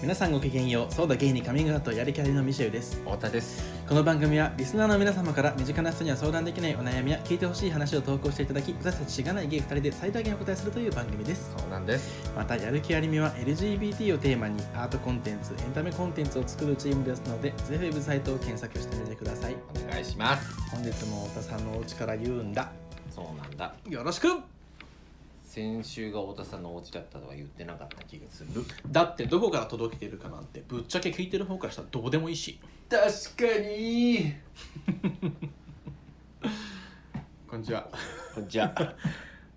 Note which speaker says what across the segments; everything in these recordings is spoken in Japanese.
Speaker 1: 皆さんごきげんようそうだゲイにカミングアウトやりきゃりのミシェルです
Speaker 2: 太田です
Speaker 1: この番組はリスナーの皆様から身近な人には相談できないお悩みや聞いてほしい話を投稿していただき私たちしがないゲイ2人で最大限お答えするという番組です
Speaker 2: そうなんです
Speaker 1: またやる気ありみは LGBT をテーマにアートコンテンツエンタメコンテンツを作るチームですのでぜひウェブサイトを検索してみてください
Speaker 2: お願いします
Speaker 1: 本日も太田さんのお家から言うんだ
Speaker 2: そうなんだ
Speaker 1: よろしく
Speaker 2: 先週が太田さんのお家だったとは言ってなかった気がする
Speaker 1: だってどこから届けてるかなんてぶっちゃけ聞いてる方からしたらどうでもいいし
Speaker 2: 確かに
Speaker 1: こんにちは
Speaker 2: じゃ あ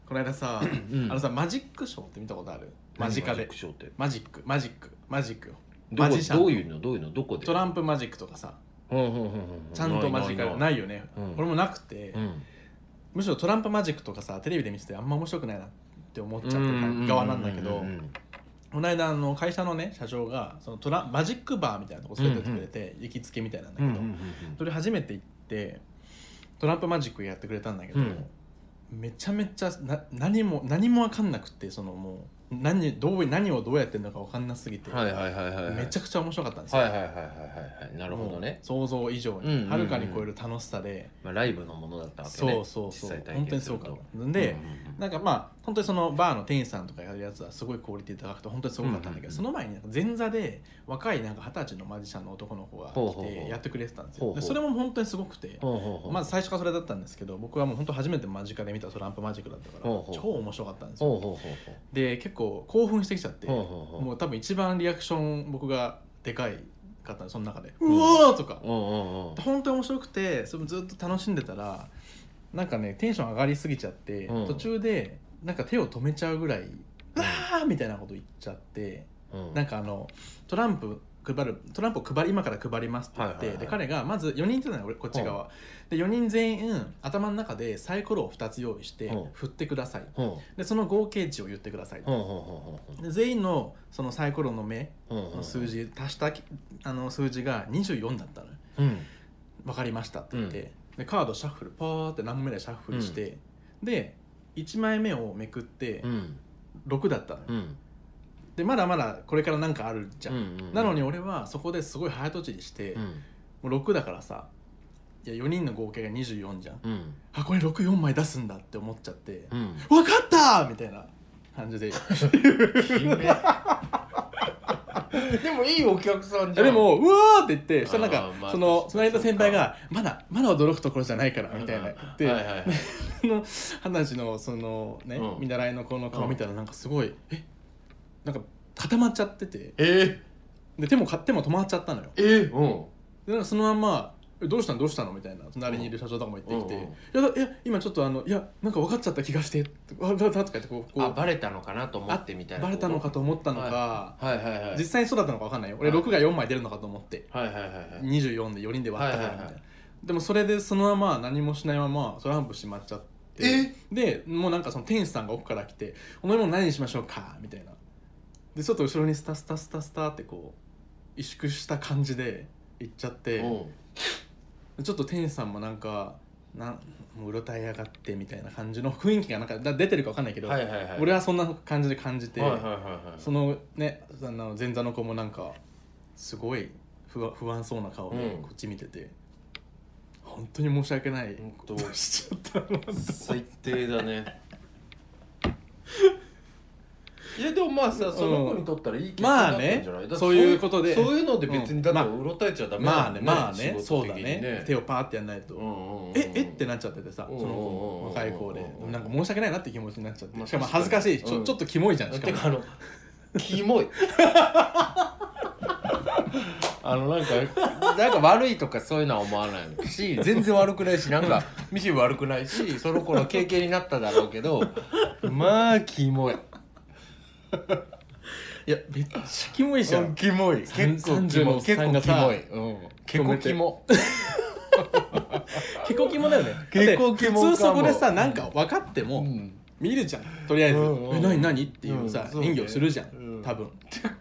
Speaker 1: この間さ、
Speaker 2: うん
Speaker 1: あのさマジックショーって見たことある間近で
Speaker 2: ショーって
Speaker 1: マジックマジックマジックよ
Speaker 2: ど
Speaker 1: マ
Speaker 2: こ
Speaker 1: ジシャン
Speaker 2: どういうのどういうのどこで
Speaker 1: トランプマジックとかさ
Speaker 2: うんうんうんうん
Speaker 1: ちゃんとマジカルない
Speaker 2: い
Speaker 1: よね、
Speaker 2: うん
Speaker 1: 俺もなくて、
Speaker 2: うん
Speaker 1: むしろトランプマジックとかさテレビで見ててあんま面白くないなって思っちゃってる側なんだけど
Speaker 2: うんうん
Speaker 1: この間あの会社のね社長がそのトラマジックバーみたいなとこ連れてってくれて、行きつけみたいなんだ
Speaker 2: う
Speaker 1: け
Speaker 2: ん
Speaker 1: ど、
Speaker 2: うんうん
Speaker 1: それ初めて行ってトランプマジックやってくれたんだけど、
Speaker 2: うん
Speaker 1: めちゃめちゃな何も何も分かんなくてそのもう何どう何をどうやってるのか分かんなすぎて、
Speaker 2: うんはいはいはいはい
Speaker 1: めちゃ
Speaker 2: く
Speaker 1: くちゃ面白かったんです
Speaker 2: ちゃ
Speaker 1: よ、
Speaker 2: はいはいはいはいはいはいなるほど
Speaker 1: も
Speaker 2: ね
Speaker 1: う想像以上
Speaker 2: うんうん
Speaker 1: に
Speaker 2: うん
Speaker 1: はるかに超える楽しさで、
Speaker 2: まあライブのものだったわけね
Speaker 1: そうそうそ
Speaker 2: 実
Speaker 1: う、
Speaker 2: 際体
Speaker 1: 本当
Speaker 2: 験
Speaker 1: に
Speaker 2: す
Speaker 1: す
Speaker 2: る
Speaker 1: ご
Speaker 2: と
Speaker 1: かったんで、
Speaker 2: うんうんうん
Speaker 1: なんかまあ本当にそのバーの店員さんとかやるやつはすごいクオリティ高くて本当にすごかったんだけ
Speaker 2: うん
Speaker 1: ど、
Speaker 2: うんうん
Speaker 1: その前になんか前座で若いなんか二十歳のマジシャンの男の子が
Speaker 2: ほうほう
Speaker 1: 来
Speaker 2: ほ
Speaker 1: て
Speaker 2: う
Speaker 1: やってくれてたんです
Speaker 2: ほう
Speaker 1: よ
Speaker 2: ほう
Speaker 1: でそれも本当にすごくて
Speaker 2: ほうほうほう
Speaker 1: まず最初がそれだったんですけど僕はもう本当初めて間近で見たトランプマジックだったから
Speaker 2: ほうほう
Speaker 1: 超面白かったんです
Speaker 2: ほ
Speaker 1: よ
Speaker 2: うほうほうほう
Speaker 1: で結構興奮してきちゃって
Speaker 2: ほう
Speaker 1: も
Speaker 2: ほうほう
Speaker 1: う多分一番リアクション僕がでかいかったんでその中で「うんわー!」とか
Speaker 2: うんうんうん
Speaker 1: 本当に面白くてそれもずっと楽しんでたらなんかねテンション上がりすぎちゃって、
Speaker 2: うん
Speaker 1: 途中でなんか手を止めちゃうぐらい「わー!」みたいなこと言っちゃって、
Speaker 2: うん
Speaker 1: なんかあのトランプ配るトランプを配り今から配りますって言って、
Speaker 2: はいはいはい
Speaker 1: で彼がまず4人いたのよ俺こっち側、で4人全員頭の中でサイコロを2つ用意して
Speaker 2: うん
Speaker 1: 振ってください
Speaker 2: ほう
Speaker 1: でその合計値を言ってください
Speaker 2: ほうほうほう
Speaker 1: で全員のそのサイコロの目
Speaker 2: ほうほう
Speaker 1: の数字足したきあの数字が24だったのよ
Speaker 2: うん
Speaker 1: 分かりましたって言って、でカードシャッフルパーって何枚目でシャッフルして、で1枚目をめくって
Speaker 2: うん
Speaker 1: 6だったのよ、
Speaker 2: うん
Speaker 1: でまだまだこれからなんかあるじゃん、
Speaker 2: うん
Speaker 1: なのに俺はそこですごい早とちりして、
Speaker 2: うん
Speaker 1: もう6だからさいや4人の合計が24じゃん
Speaker 2: うん
Speaker 1: あこれ64枚出すんだって思っちゃって
Speaker 2: う、ん
Speaker 1: 分かったーみたいな感 じでい
Speaker 2: でもいいお客さん
Speaker 1: やでもうわーって言ってそしたらなん
Speaker 2: あー
Speaker 1: か
Speaker 2: まあ
Speaker 1: そ
Speaker 2: 確
Speaker 1: の
Speaker 2: かに
Speaker 1: 隣の先輩がまだまだ驚くところじゃないからみたいな言って、
Speaker 2: はいはいはい
Speaker 1: その話のそのね、
Speaker 2: うん
Speaker 1: 見習いの子の顔見たらなんかすごい、えなんか固まっちゃってて
Speaker 2: え
Speaker 1: で手もか手も止まっちゃったのよ
Speaker 2: えうん
Speaker 1: でなんかそのまんま「えどうしたのどうしたの?」みたいな隣にいる社長とかも言ってきて「いやだえ今ちょっとあのいやなんか分かっちゃった気がして」わだだとか言ってこうこ
Speaker 2: あ
Speaker 1: う
Speaker 2: バレたのかなと思ってみたいな
Speaker 1: バレたのかと思ったのか、
Speaker 2: はいはいはい
Speaker 1: 実際にそうだったのか分かんないよ俺
Speaker 2: はい
Speaker 1: 6が4枚出るのかと思って
Speaker 2: はいはいはいはい
Speaker 1: 24で4人で割ったからみたいな、
Speaker 2: はいはいは
Speaker 1: でもそれでそのまま何もしないままトランプしまっちゃってでもうなんかその店主さんが奥から来て「お飲み物何にしましょうか?」みたいなでちょっと後ろにスタスタスタスタってこう萎縮した感じで行っちゃって
Speaker 2: うん
Speaker 1: ちょっと店主さんもなんかなんもううろたえやがってみたいな感じの雰囲気がなんかだ出てるか分かんないけど、
Speaker 2: はいはいはい
Speaker 1: 俺はそんな感じで感じて、
Speaker 2: はいはいはいはい
Speaker 1: そのねあの前座の子もなんかすごい不安不安そうな顔で
Speaker 2: うん
Speaker 1: こっち見てて、本当に申し訳ない
Speaker 2: 本当
Speaker 1: ことをしちゃったなと思って
Speaker 2: 最低だね いやでもまあさその子にとったらいい経験だったんじゃない、
Speaker 1: まあ
Speaker 2: だっ
Speaker 1: ね
Speaker 2: て
Speaker 1: そういうことで
Speaker 2: そういうので別にだって
Speaker 1: うんま
Speaker 2: うろたえちゃダメ
Speaker 1: ま
Speaker 2: だも
Speaker 1: あ
Speaker 2: ん
Speaker 1: ねまあね
Speaker 2: 仕
Speaker 1: そ
Speaker 2: 事
Speaker 1: うだ
Speaker 2: 的に
Speaker 1: ね手をパーってやんないと、
Speaker 2: うんうんうん
Speaker 1: ええってなっちゃっててさそ
Speaker 2: うん
Speaker 1: の子も若い子で
Speaker 2: うんうんうん
Speaker 1: なんか申し訳ないなって気持ちになっちゃっ
Speaker 2: まあ
Speaker 1: てしかも恥ずかしいしち
Speaker 2: う
Speaker 1: ょ
Speaker 2: ん
Speaker 1: ちょっとキモいじゃんしか
Speaker 2: て
Speaker 1: も
Speaker 2: かあのキモい あのなんかなんか悪いとかそういうのは思わないし全然悪くないしなんかミシン悪くないしその子の経験になっただろうけどまあキモい
Speaker 1: いやめっちゃキモいじゃ
Speaker 2: うん
Speaker 1: ん
Speaker 2: キモい
Speaker 1: さん
Speaker 2: 結構キ
Speaker 1: 30
Speaker 2: モ
Speaker 1: の
Speaker 2: い
Speaker 1: おっさ
Speaker 2: 結
Speaker 1: ん
Speaker 2: 構
Speaker 1: が
Speaker 2: キ
Speaker 1: さ
Speaker 2: モい、うん、結構キモ
Speaker 1: 結構キモだよね
Speaker 2: 結構キモかも
Speaker 1: だって普通そこでさなんか分かって
Speaker 2: う
Speaker 1: も
Speaker 2: ん
Speaker 1: 見るじゃんとりあえず
Speaker 2: うんうん
Speaker 1: え何何っていうさ
Speaker 2: うんそうね
Speaker 1: 演技をするじゃ
Speaker 2: うん
Speaker 1: ん多分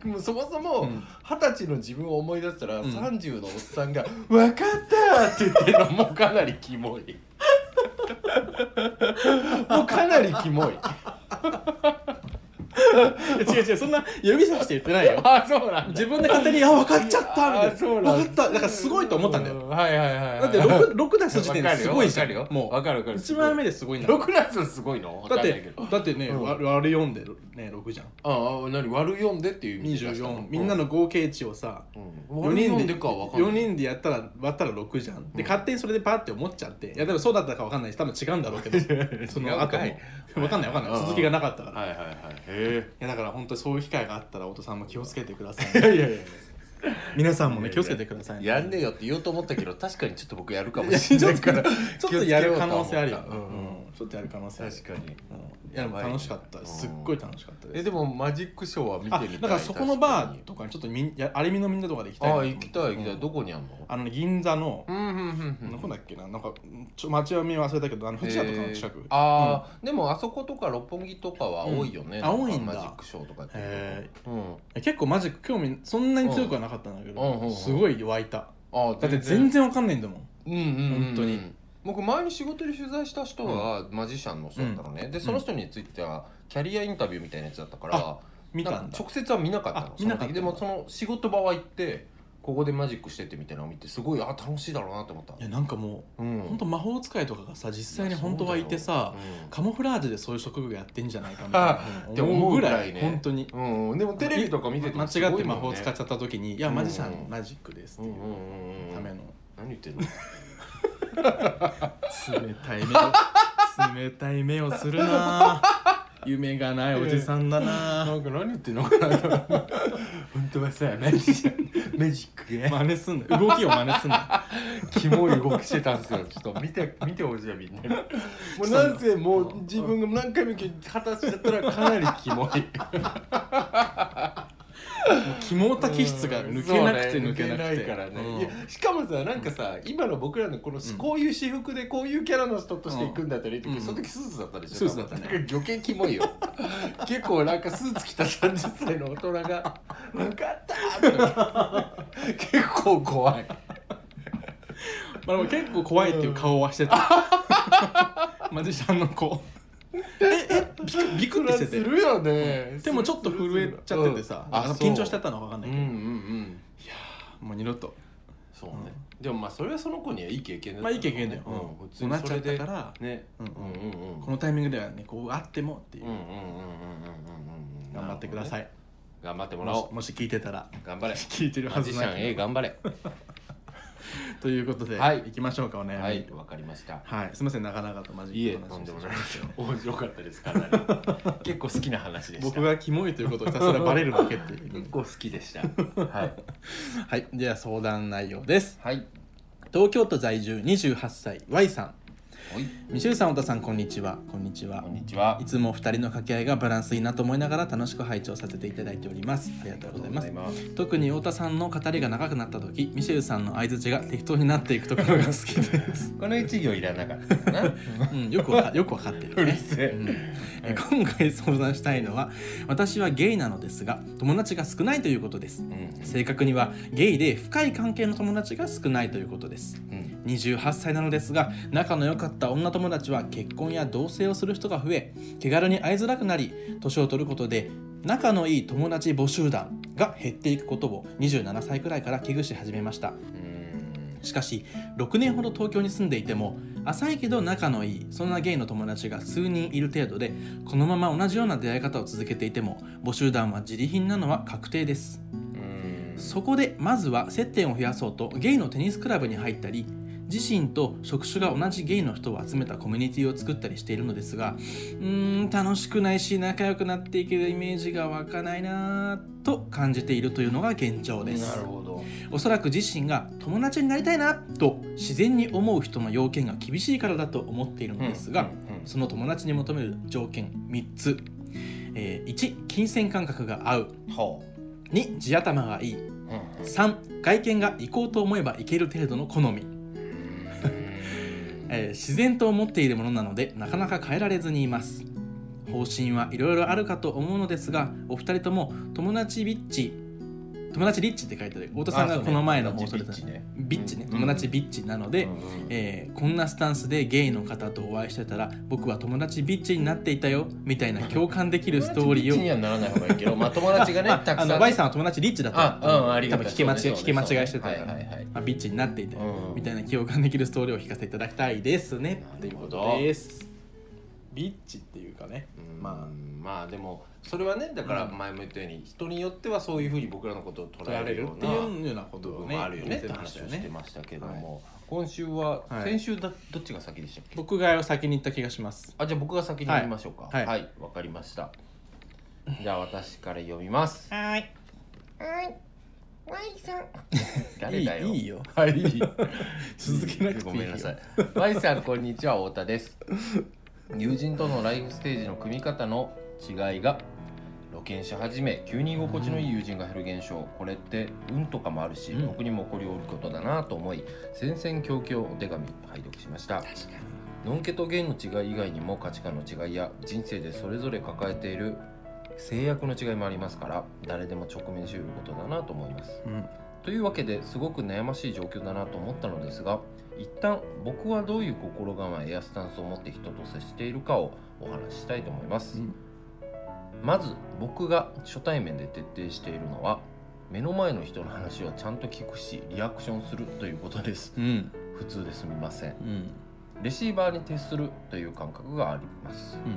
Speaker 2: もうそもそも
Speaker 1: うん
Speaker 2: 二十歳の自分を思い出したら
Speaker 1: うん
Speaker 2: 30のおっさんが「分かった!」って言ってるのもかなりキモいもうかなりキモい
Speaker 1: いや違う違うそんな呼びさして言ってないよ
Speaker 2: あそうなんだ
Speaker 1: 自分で勝手に「あ分かっちゃった」みたい
Speaker 2: あ
Speaker 1: な
Speaker 2: そう
Speaker 1: 分
Speaker 2: なん
Speaker 1: かっただからすごいと思ったんだよ
Speaker 2: うはいはいはいはい
Speaker 1: だって 6, 六出す時点
Speaker 2: わ
Speaker 1: で
Speaker 2: かる
Speaker 1: す
Speaker 2: よ
Speaker 1: ごいじゃ
Speaker 2: わ
Speaker 1: ん
Speaker 2: かるよ
Speaker 1: も
Speaker 2: わかるわか
Speaker 1: う
Speaker 2: る
Speaker 1: 1枚目ですごいんだ
Speaker 2: 6なんすごいの
Speaker 1: だっ
Speaker 2: わかんないけ
Speaker 1: て
Speaker 2: ど
Speaker 1: だってね、
Speaker 2: うん
Speaker 1: 割割る4でね6じゃん
Speaker 2: ああ何割る4でっていう意味で出した
Speaker 1: 24みんなの合計値をさ
Speaker 2: うん
Speaker 1: 4
Speaker 2: 割る
Speaker 1: 人
Speaker 2: 4で
Speaker 1: で
Speaker 2: かは分かんない
Speaker 1: 4人でやったら割ったら6じゃん
Speaker 2: うん
Speaker 1: で、勝手にそれでパーって思っちゃっていやでもそうだったか分かんないし多分違うんだろ うけどその後
Speaker 2: 違
Speaker 1: も
Speaker 2: う
Speaker 1: 分かんない分かん
Speaker 2: う
Speaker 1: なんい続きがなかったから、
Speaker 2: はいはいはいへ
Speaker 1: いやだから本当にそういう機会があったらお父さんも気をつけてくださ
Speaker 2: え
Speaker 1: い
Speaker 2: いやいやい
Speaker 1: 皆さんも
Speaker 2: いやいや
Speaker 1: ね気をつけてくださいね
Speaker 2: ややんねえよって言おうと思ったけど確かにちょっと僕やるかもしれないからち
Speaker 1: ちょっとやる可能性あるよ、
Speaker 2: うん
Speaker 1: うんちょっとやる可能性ある
Speaker 2: 確かに
Speaker 1: うんいやでも楽しかったですすっごい楽しかったです
Speaker 2: えでもマジックショーは見て
Speaker 1: あ
Speaker 2: みたい
Speaker 1: だからそこのバ
Speaker 2: 確
Speaker 1: ー
Speaker 2: か
Speaker 1: とかにちょっとみんやアルミのみんなとかで行きたいな
Speaker 2: にあ
Speaker 1: と思って
Speaker 2: 行きたい行きたい、
Speaker 1: うん
Speaker 2: どこにあんの
Speaker 1: あのね銀座の、
Speaker 2: うんうんうん
Speaker 1: どこだっけななんかちょ町は見忘れたけどあの藤田とかの近く、
Speaker 2: えーああ、でもあそことか六本木とかは多いよね、
Speaker 1: うんあ多いんだ
Speaker 2: なかマジックショーとかっていう
Speaker 1: へ
Speaker 2: とうん
Speaker 1: え結構マジック興味そんなに強くはなかったんだけど、
Speaker 2: うんうんうんうん
Speaker 1: すごい湧いた
Speaker 2: ああ
Speaker 1: だって全然わかんないんだもん
Speaker 2: うんうんうん
Speaker 1: 本当に
Speaker 2: 僕前に仕事で取材した人はマジシャンの人だったのね、でその人についてはキャリアインタビューみたいなやつだったから、
Speaker 1: あ見た
Speaker 2: なん
Speaker 1: ん
Speaker 2: か
Speaker 1: だ
Speaker 2: 直接は見なかったの
Speaker 1: あ見なかったん
Speaker 2: そ
Speaker 1: だ
Speaker 2: の時でもその仕事場は行ってここでマジックしててみたいなのを見てすごいあ楽しいだろうなと思った
Speaker 1: いやなんかも
Speaker 2: う
Speaker 1: う、
Speaker 2: ん
Speaker 1: ほんと魔法使いとかがさ実際に本当はいてさ、カモフラージュでそういう職業やってんじゃないかみたい
Speaker 2: 思
Speaker 1: な思
Speaker 2: う
Speaker 1: う
Speaker 2: ぐ
Speaker 1: ぐ
Speaker 2: ら
Speaker 1: ら
Speaker 2: い
Speaker 1: い
Speaker 2: ね
Speaker 1: 本当に
Speaker 2: そうだようん、うんでもテレビとか見てて
Speaker 1: 間
Speaker 2: もすごい
Speaker 1: 違って魔
Speaker 2: もん
Speaker 1: 法
Speaker 2: ね
Speaker 1: 使っちゃった時に「いやマジシャン、
Speaker 2: うん
Speaker 1: マジックです」
Speaker 2: う
Speaker 1: ってい
Speaker 2: んう
Speaker 1: うん
Speaker 2: うん
Speaker 1: ための
Speaker 2: 何言ってんの
Speaker 1: 冷たい目を冷たい目をするなあ夢がないおじさんだなあ
Speaker 2: なんか何言ってんのか な本当はさマジシャンマジックが
Speaker 1: 真似すんな動きを真似すんな
Speaker 2: キモい動きしてたんですよ。ちょっと見て、見てほしいよ、みんな に。もうなんせ、もう自分が何回も果たしちゃったら、かなりキモい。
Speaker 1: 肝た気質が抜けなくて
Speaker 2: うん
Speaker 1: 抜けな
Speaker 2: そうね抜け
Speaker 1: くて
Speaker 2: ないからね、
Speaker 1: うん
Speaker 2: いやしかもさなんかさ今の僕らのこの、
Speaker 1: ん
Speaker 2: こういう私服でこういうキャラの人として行くんだったらいい時、
Speaker 1: うん
Speaker 2: その時スーツだったでしょ
Speaker 1: スーツだったね
Speaker 2: なんか余計キモ いよ結構なんかスーツ着た30歳の大人 が「分かった!」って結構怖 い
Speaker 1: まあでも結構怖いっていう顔はしてた マジシャンの子ええビクビクってして
Speaker 2: す
Speaker 1: て
Speaker 2: るよね
Speaker 1: でもちょっと震えちゃっててさ、
Speaker 2: うん
Speaker 1: なんか緊張しちゃ
Speaker 2: あ
Speaker 1: ったのかわかん
Speaker 2: そ
Speaker 1: な
Speaker 2: う
Speaker 1: いうけ
Speaker 2: ん
Speaker 1: ど、
Speaker 2: うんう
Speaker 1: い
Speaker 2: ん
Speaker 1: やーもう二度と
Speaker 2: そうね、でもまあそれはその子にはいい経験だった
Speaker 1: まあいい経験だよ、
Speaker 2: うん、普
Speaker 1: そ
Speaker 2: 通
Speaker 1: うな
Speaker 2: に
Speaker 1: っ
Speaker 2: そ
Speaker 1: ちゃ
Speaker 2: れ
Speaker 1: っ
Speaker 2: で
Speaker 1: たから
Speaker 2: ね
Speaker 1: うんうん
Speaker 2: うんうんうん
Speaker 1: このタイミングではねこうあってもっていう、
Speaker 2: うんうんうんうんうんうんうん
Speaker 1: 頑張ってくださ
Speaker 2: い、
Speaker 1: い、
Speaker 2: 頑張ってもらお
Speaker 1: も
Speaker 2: う
Speaker 1: しもし聞いてたら
Speaker 2: 頑張れ
Speaker 1: 聞いてる
Speaker 2: マ
Speaker 1: は
Speaker 2: ジ
Speaker 1: ず
Speaker 2: シ
Speaker 1: な
Speaker 2: ャン
Speaker 1: い
Speaker 2: A 頑張れ
Speaker 1: ということで、
Speaker 2: はい
Speaker 1: 行きましょうかお悩み、
Speaker 2: はいわかりました
Speaker 1: はいすみません長々とマジ
Speaker 2: い
Speaker 1: ッ
Speaker 2: え
Speaker 1: クの
Speaker 2: と
Speaker 1: 話
Speaker 2: んで
Speaker 1: を
Speaker 2: も
Speaker 1: し
Speaker 2: な
Speaker 1: ま
Speaker 2: いです
Speaker 1: した
Speaker 2: よ面白かったですからね結構好きな話でした
Speaker 1: 僕がキモいということをひたすらバレるだけっ ていう
Speaker 2: 結構好きでしたはい
Speaker 1: はいでは相談内容です
Speaker 2: はい
Speaker 1: 東京都在住28歳 Y さん
Speaker 2: おい
Speaker 1: ミシェルさん太田さんこんにちはこんにちは
Speaker 2: こんにちはい
Speaker 1: つもお二人の掛け合いがバランスいいなと思いながら楽しく拝聴させていただいておりますありがとうございます
Speaker 2: ます
Speaker 1: 特に太田さんの語りが長くなった時ミシェルさんの相槌が適当になっていくところが好き です、
Speaker 2: この一行いらなかったかな
Speaker 1: うん、よくわかよくわかってる
Speaker 2: うる
Speaker 1: ね
Speaker 2: せえ
Speaker 1: うんえ今回相談したいのは私はゲイなのですが友達が少ないということです
Speaker 2: うん
Speaker 1: 正確にはゲイで深い関係の友達が少ないということです
Speaker 2: うん
Speaker 1: 28歳なのですが仲の良かった女友達は結婚や同棲をする人が増え気軽に会いづらくなり年を取ることで仲のいい友達募集団が減っていくことを27歳くらいから危惧し始めました
Speaker 2: うん
Speaker 1: しかし6年ほど東京に住んでいても浅いけど仲のいいそんなゲイの友達が数人いる程度でこのまま同じような出会い方を続けていても募集団は自利品なのは確定です
Speaker 2: うん
Speaker 1: そこでまずは接点を増やそうとゲイのテニスクラブに入ったり自身と職種が同じゲイの人を集めたコミュニティを作ったりしているのですがうーん楽しくないし仲良くなっていけるイメージが湧かないなぁと感じているというのが現状です
Speaker 2: なるほど
Speaker 1: おそらく自身が友達になりたいなと自然に思う人の要件が厳しいからだと思っているのですが、
Speaker 2: うん
Speaker 1: その友達に求める条件3つ、えー1金銭感覚が合う
Speaker 2: ほ
Speaker 1: 2地頭がいいう
Speaker 2: うん
Speaker 1: 3外見が行こうと思えば行ける程度の好み、えー自然と思っているものなのでなかなか変えられずにいます方針はいろいろあるかと思うのですがお二人とも友達ビッチ友達リッチって書いてある太田さんがこの前の放送で
Speaker 2: 友達リッチね
Speaker 1: ビッチね
Speaker 2: うん
Speaker 1: 友達ビッチなので、えーこんなスタンスでゲイの方とお会いしてたら僕は友達ビッチになっていたよみたいな共感で きるストーリ
Speaker 2: 友
Speaker 1: ー
Speaker 2: 達に
Speaker 1: を
Speaker 2: はならない方がいいけど、まあ友達がね、
Speaker 1: あ
Speaker 2: たく
Speaker 1: あ
Speaker 2: さ
Speaker 1: の
Speaker 2: ん。
Speaker 1: Y さんは友達リッチだった
Speaker 2: あ、うん、ありが
Speaker 1: 多
Speaker 2: とう
Speaker 1: 分聞け間違い、
Speaker 2: そうね
Speaker 1: 聞け間違いしてたか
Speaker 2: は
Speaker 1: ら、
Speaker 2: いはいはい。
Speaker 1: まあ、ビッチになっていて、
Speaker 2: うん
Speaker 1: みたいな共感できるストーリーを聞かせていただきたいですねっていうこと
Speaker 2: なるほど
Speaker 1: ですビッチっていうかね
Speaker 2: ま
Speaker 1: ま
Speaker 2: あ、まあでも、それはね、だから前も言ったように、人によってはそういうふうに僕らのことを捉
Speaker 1: 取ら
Speaker 2: え
Speaker 1: れ
Speaker 2: る
Speaker 1: る
Speaker 2: よ
Speaker 1: っ
Speaker 2: う
Speaker 1: て
Speaker 2: な
Speaker 1: いうようなこ
Speaker 2: 部
Speaker 1: とを
Speaker 2: 分
Speaker 1: ね
Speaker 2: もあるよねっ
Speaker 1: 言っててまし
Speaker 2: 話を
Speaker 1: たよ
Speaker 2: して
Speaker 1: ね
Speaker 2: ましたけども、今週は、
Speaker 1: はい
Speaker 2: 先週だ、どっちが先でしたっけ
Speaker 1: 僕が先に言った気がします
Speaker 2: あじゃあ僕が先に
Speaker 1: はい
Speaker 2: 読みましょうか
Speaker 1: はい
Speaker 2: わ、かりましたじゃあ私から読みます
Speaker 1: はい
Speaker 2: はいワイさん
Speaker 1: い
Speaker 2: 誰
Speaker 1: い
Speaker 2: だよ
Speaker 1: いいよ
Speaker 2: はい
Speaker 1: 続けなくていいよ
Speaker 2: ごめんなさいワイさんこんにちは太田です友人とのライフステージの組み方の違いが露見し始め急に居心地のいい友人が減る現象これって運とかもあるし、
Speaker 1: うん
Speaker 2: 僕にも起こりおることだなと思い戦々恐々お手紙拝読しました
Speaker 1: 確か
Speaker 2: ノンケとゲイの違い以外にも価値観の違いや人生でそれぞれ抱えている制約の違いもありますから誰でも直面し得ることだなと思います。
Speaker 1: に、うん、
Speaker 2: というわけですごく悩ましい状況だなと思ったのですが一旦僕はどういう心構えやスタンスを持って人と接しているかをお話ししたいと思います。
Speaker 1: うん
Speaker 2: まず僕が初対面で徹底しているのは目の前の人の話をちゃんと聞くしリアクションするということです。
Speaker 1: うん
Speaker 2: 普通ですみません。
Speaker 1: うん
Speaker 2: レシーバーに徹するという感覚があります
Speaker 1: うん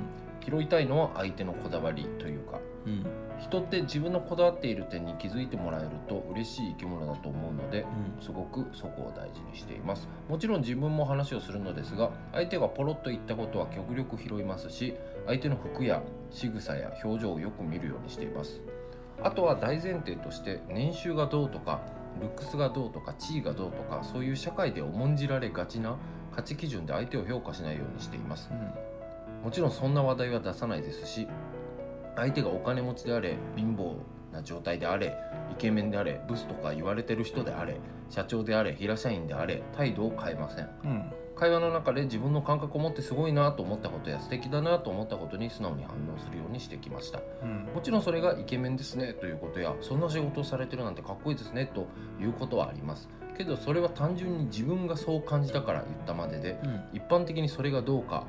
Speaker 2: 拾いたいのは相手のこだわりというか
Speaker 1: うん
Speaker 2: 人って自分のこだわっている点に気づいてもらえると嬉しい生き物だと思うのですごくそこを大事にしていますもちろん自分も話をするのですが相手がポロッと言ったことは極力拾いますし相手の服や仕草や表情をよく見るようにしていますあとは大前提として年収がどうとかルックスがどうとか地位がどうとかそういう社会で重んじられがちな価値基準で相手を評価しないようにしていますもちろんそんな話題は出さないですし相手がお金持ちであれ貧乏な状態であれイケメンであれブスとか言われてる人であれ社長であれ平社員であれ態度を変えません
Speaker 1: うんうん
Speaker 2: 会話の中で自分の感覚を持ってすごいなと思ったことや素敵だなと思ったことに素直に反応するようにしてきました
Speaker 1: うん
Speaker 2: もちろんそれがイケメンですねということやそんな仕事をされてるなんてかっこいいですねということはありますけどそれは単純に自分がそう感じたから言ったまでで
Speaker 1: うん
Speaker 2: 一般的にそれがどうか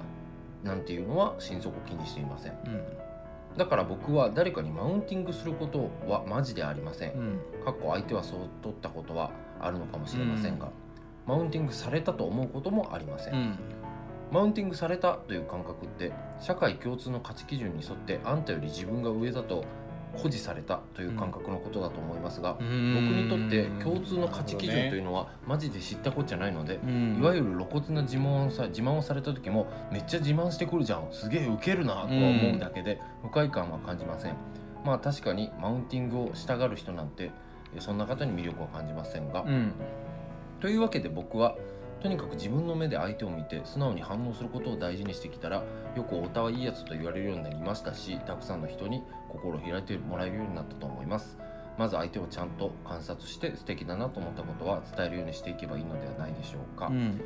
Speaker 2: なんていうのは心底気にしていませんだから僕は誰かにマウンティングすることはマジでありません
Speaker 1: うん
Speaker 2: かっこ相手はそう取ったことはあるのかもしれませんが、マウンティングされたと思うこともありません、
Speaker 1: うん
Speaker 2: マウンティングされたという感覚って社会共通の価値基準に沿ってあんたより自分が上だと誇示されたという感覚のことだと思いますが、
Speaker 1: 僕
Speaker 2: 僕にとって共通の価値基準というのはマジで知ったこっちゃないので、いわゆる露骨な自慢をさ自慢をされた時もめっちゃ自慢してくるじゃんすげえウケるなとは思うだけで不快感は感じませんまあ確かにマウンティングをしたがる人なんてえそんな方に魅力は感じませんが、
Speaker 1: うん
Speaker 2: というわけで僕はとにかく自分の目で相手を見て素直に反応することを大事にしてきたらよく「太田はいいやつ」と言われるようになりましたしたくさんの人に心を開いてもらえるようになったと思いますまず相手をちゃんと観察して素敵だなと思ったことは伝えるようにしていけばいいのではないでしょうか、
Speaker 1: うん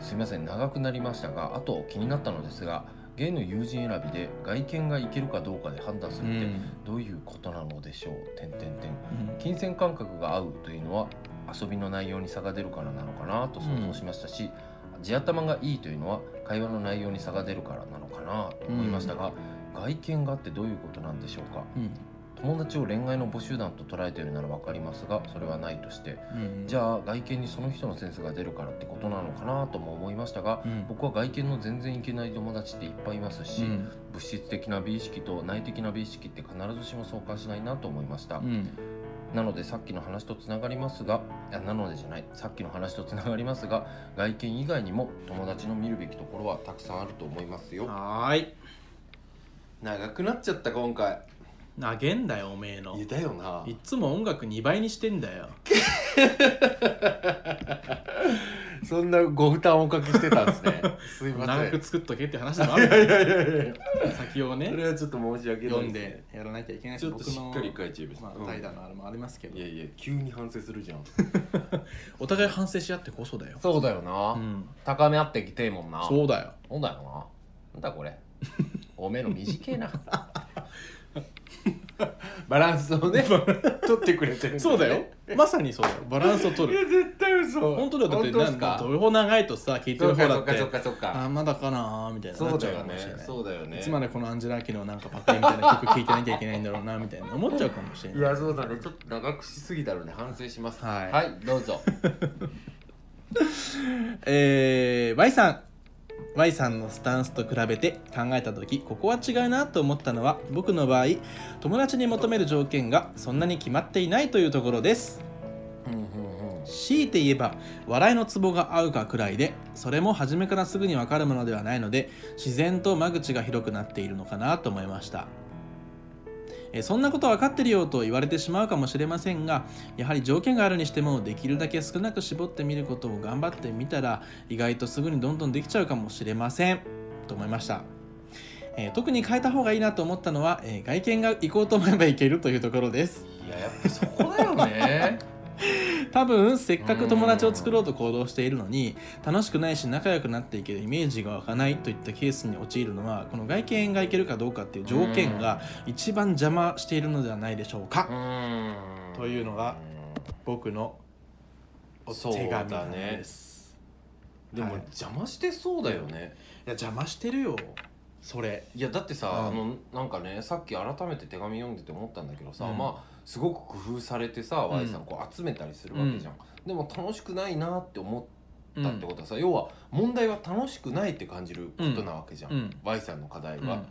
Speaker 2: すみません長くなりましたがあと気になったのですがゲイの友人選びで外見がいけるかどうかで判断す
Speaker 1: う
Speaker 2: るって
Speaker 1: ん
Speaker 2: どういうことなのでしょう、点点点金銭感覚が合うというのは遊びの内容に差が出るからなのかなと想像しましたし、地頭がいいというのは会話の内容に差が出るからなのかなと思いましたが、外見があってどういうことなんでしょうか
Speaker 1: うん
Speaker 2: 友達を恋愛の募集団と捉えているならわかりますがそれはないとして
Speaker 1: うん
Speaker 2: じゃあ外見にその人のセンスが出るからってことなのかなとも思いましたが
Speaker 1: うん
Speaker 2: 僕は外見の全然いけない友達っていっぱいいますし、
Speaker 1: うん
Speaker 2: 物質的な美意識と内的な美意識って必ずしも相関しないなと思いました、
Speaker 1: うん
Speaker 2: なのでさっきの話とつながりますがあなのでじゃないさっきの話とつながりますが外見以外にも友達の見るべきところはたくさんあると思いますよ
Speaker 1: はーい
Speaker 2: 長くなっちゃった今回
Speaker 1: 投げんだよおめえの
Speaker 2: いだよない
Speaker 1: っつも音楽2倍にしてんだよ
Speaker 2: そんなご負担をおかけしてたんですね すいませ
Speaker 1: 長
Speaker 2: ん
Speaker 1: く作っとけって話でもある か
Speaker 2: いやいやいやいや
Speaker 1: ら先を
Speaker 2: そ
Speaker 1: ね
Speaker 2: れはちょっと申し訳ない
Speaker 1: 読ん
Speaker 2: す
Speaker 1: でやらなきゃいけない
Speaker 2: ちょっと
Speaker 1: 僕
Speaker 2: し
Speaker 1: の
Speaker 2: っかり書いちゃいました、
Speaker 1: ま
Speaker 2: うん
Speaker 1: あ怠惰のあれもありますけど
Speaker 2: いやいや急に反省するじゃん
Speaker 1: お互い反省し合ってこそだよ
Speaker 2: そうだよな、
Speaker 1: うん
Speaker 2: 高め合ってきてえもんな
Speaker 1: そうだよ
Speaker 2: そう だよななんだこれおめえの短えなバランスをね取ってくれてるん
Speaker 1: そうだよまさにそうだよバランスを取
Speaker 2: いや
Speaker 1: る
Speaker 2: 絶対嘘
Speaker 1: 本当だよだっ
Speaker 2: 本
Speaker 1: て
Speaker 2: 当
Speaker 1: な
Speaker 2: っ
Speaker 1: ん
Speaker 2: す
Speaker 1: か
Speaker 2: か
Speaker 1: どれ長いとさ聞いて
Speaker 2: そ
Speaker 1: る
Speaker 2: う
Speaker 1: 方
Speaker 2: か
Speaker 1: だ
Speaker 2: そ
Speaker 1: っ
Speaker 2: うか
Speaker 1: て
Speaker 2: そうかそう
Speaker 1: あ
Speaker 2: か
Speaker 1: ーまだかなーみたいなな
Speaker 2: そ
Speaker 1: っ
Speaker 2: う
Speaker 1: ち
Speaker 2: だ
Speaker 1: ゃう
Speaker 2: よ
Speaker 1: かもしれ
Speaker 2: ね
Speaker 1: ない
Speaker 2: そうだよね
Speaker 1: いつまでこのアンジェラーキのなんかパクリみたいな曲聴いてなきゃいけないんだろうなみたいな思っちゃうかもしれ
Speaker 2: い
Speaker 1: ない
Speaker 2: やそうだねちょっと長くしすぎだろうね反省します
Speaker 1: はい
Speaker 2: どうぞ
Speaker 1: えー Y さん Y さんのスタンスと比べて考えた時ここは違うなと思ったのは僕の場合友達に求める条件がそんなに決まっていないというところです
Speaker 2: うんうんうん
Speaker 1: 強いて言えば笑いのツボが合うかくらいでそれも初めからすぐに分かるものではないので自然と間口が広くなっているのかなと思いましたえーそんなこと分かってるよと言われてしまうかもしれませんがやはり条件があるにしてもできるだけ少なく絞ってみることを頑張ってみたら意外とすぐにどんどんできちゃうかもしれませんと思いました、えー特に変えた方がいいなと思ったのは、えー外見が行こうと思えばいけるというところです
Speaker 2: いややっぱそこだよ ね
Speaker 1: 多分せっかく友達を作ろうと行動しているのに楽しくないし仲良くなっていけるイメージが湧かないといったケースに陥るのはこの外見がいけるかどうかっていう条件が一番邪魔しているのではないでしょうか、
Speaker 2: うん
Speaker 1: というのが僕のお
Speaker 2: そう
Speaker 1: 手紙な
Speaker 2: だ
Speaker 1: ん
Speaker 2: ね
Speaker 1: です、
Speaker 2: でも
Speaker 1: はい
Speaker 2: 邪魔してそうだよね
Speaker 1: いや邪魔してるよそれ
Speaker 2: いやだってさ、
Speaker 1: うん
Speaker 2: あのなんかねさっき改めて手紙読んでて思ったんだけどさ、
Speaker 1: うん
Speaker 2: まあすごく工夫されてさ、
Speaker 1: ん
Speaker 2: Y さんこう集めたりするわけじゃん、でも楽しくないなって思ったってことはさ、要は問題は楽しくないって感じることなわけじゃん、
Speaker 1: うん
Speaker 2: Y さんの課題
Speaker 1: うん
Speaker 2: は、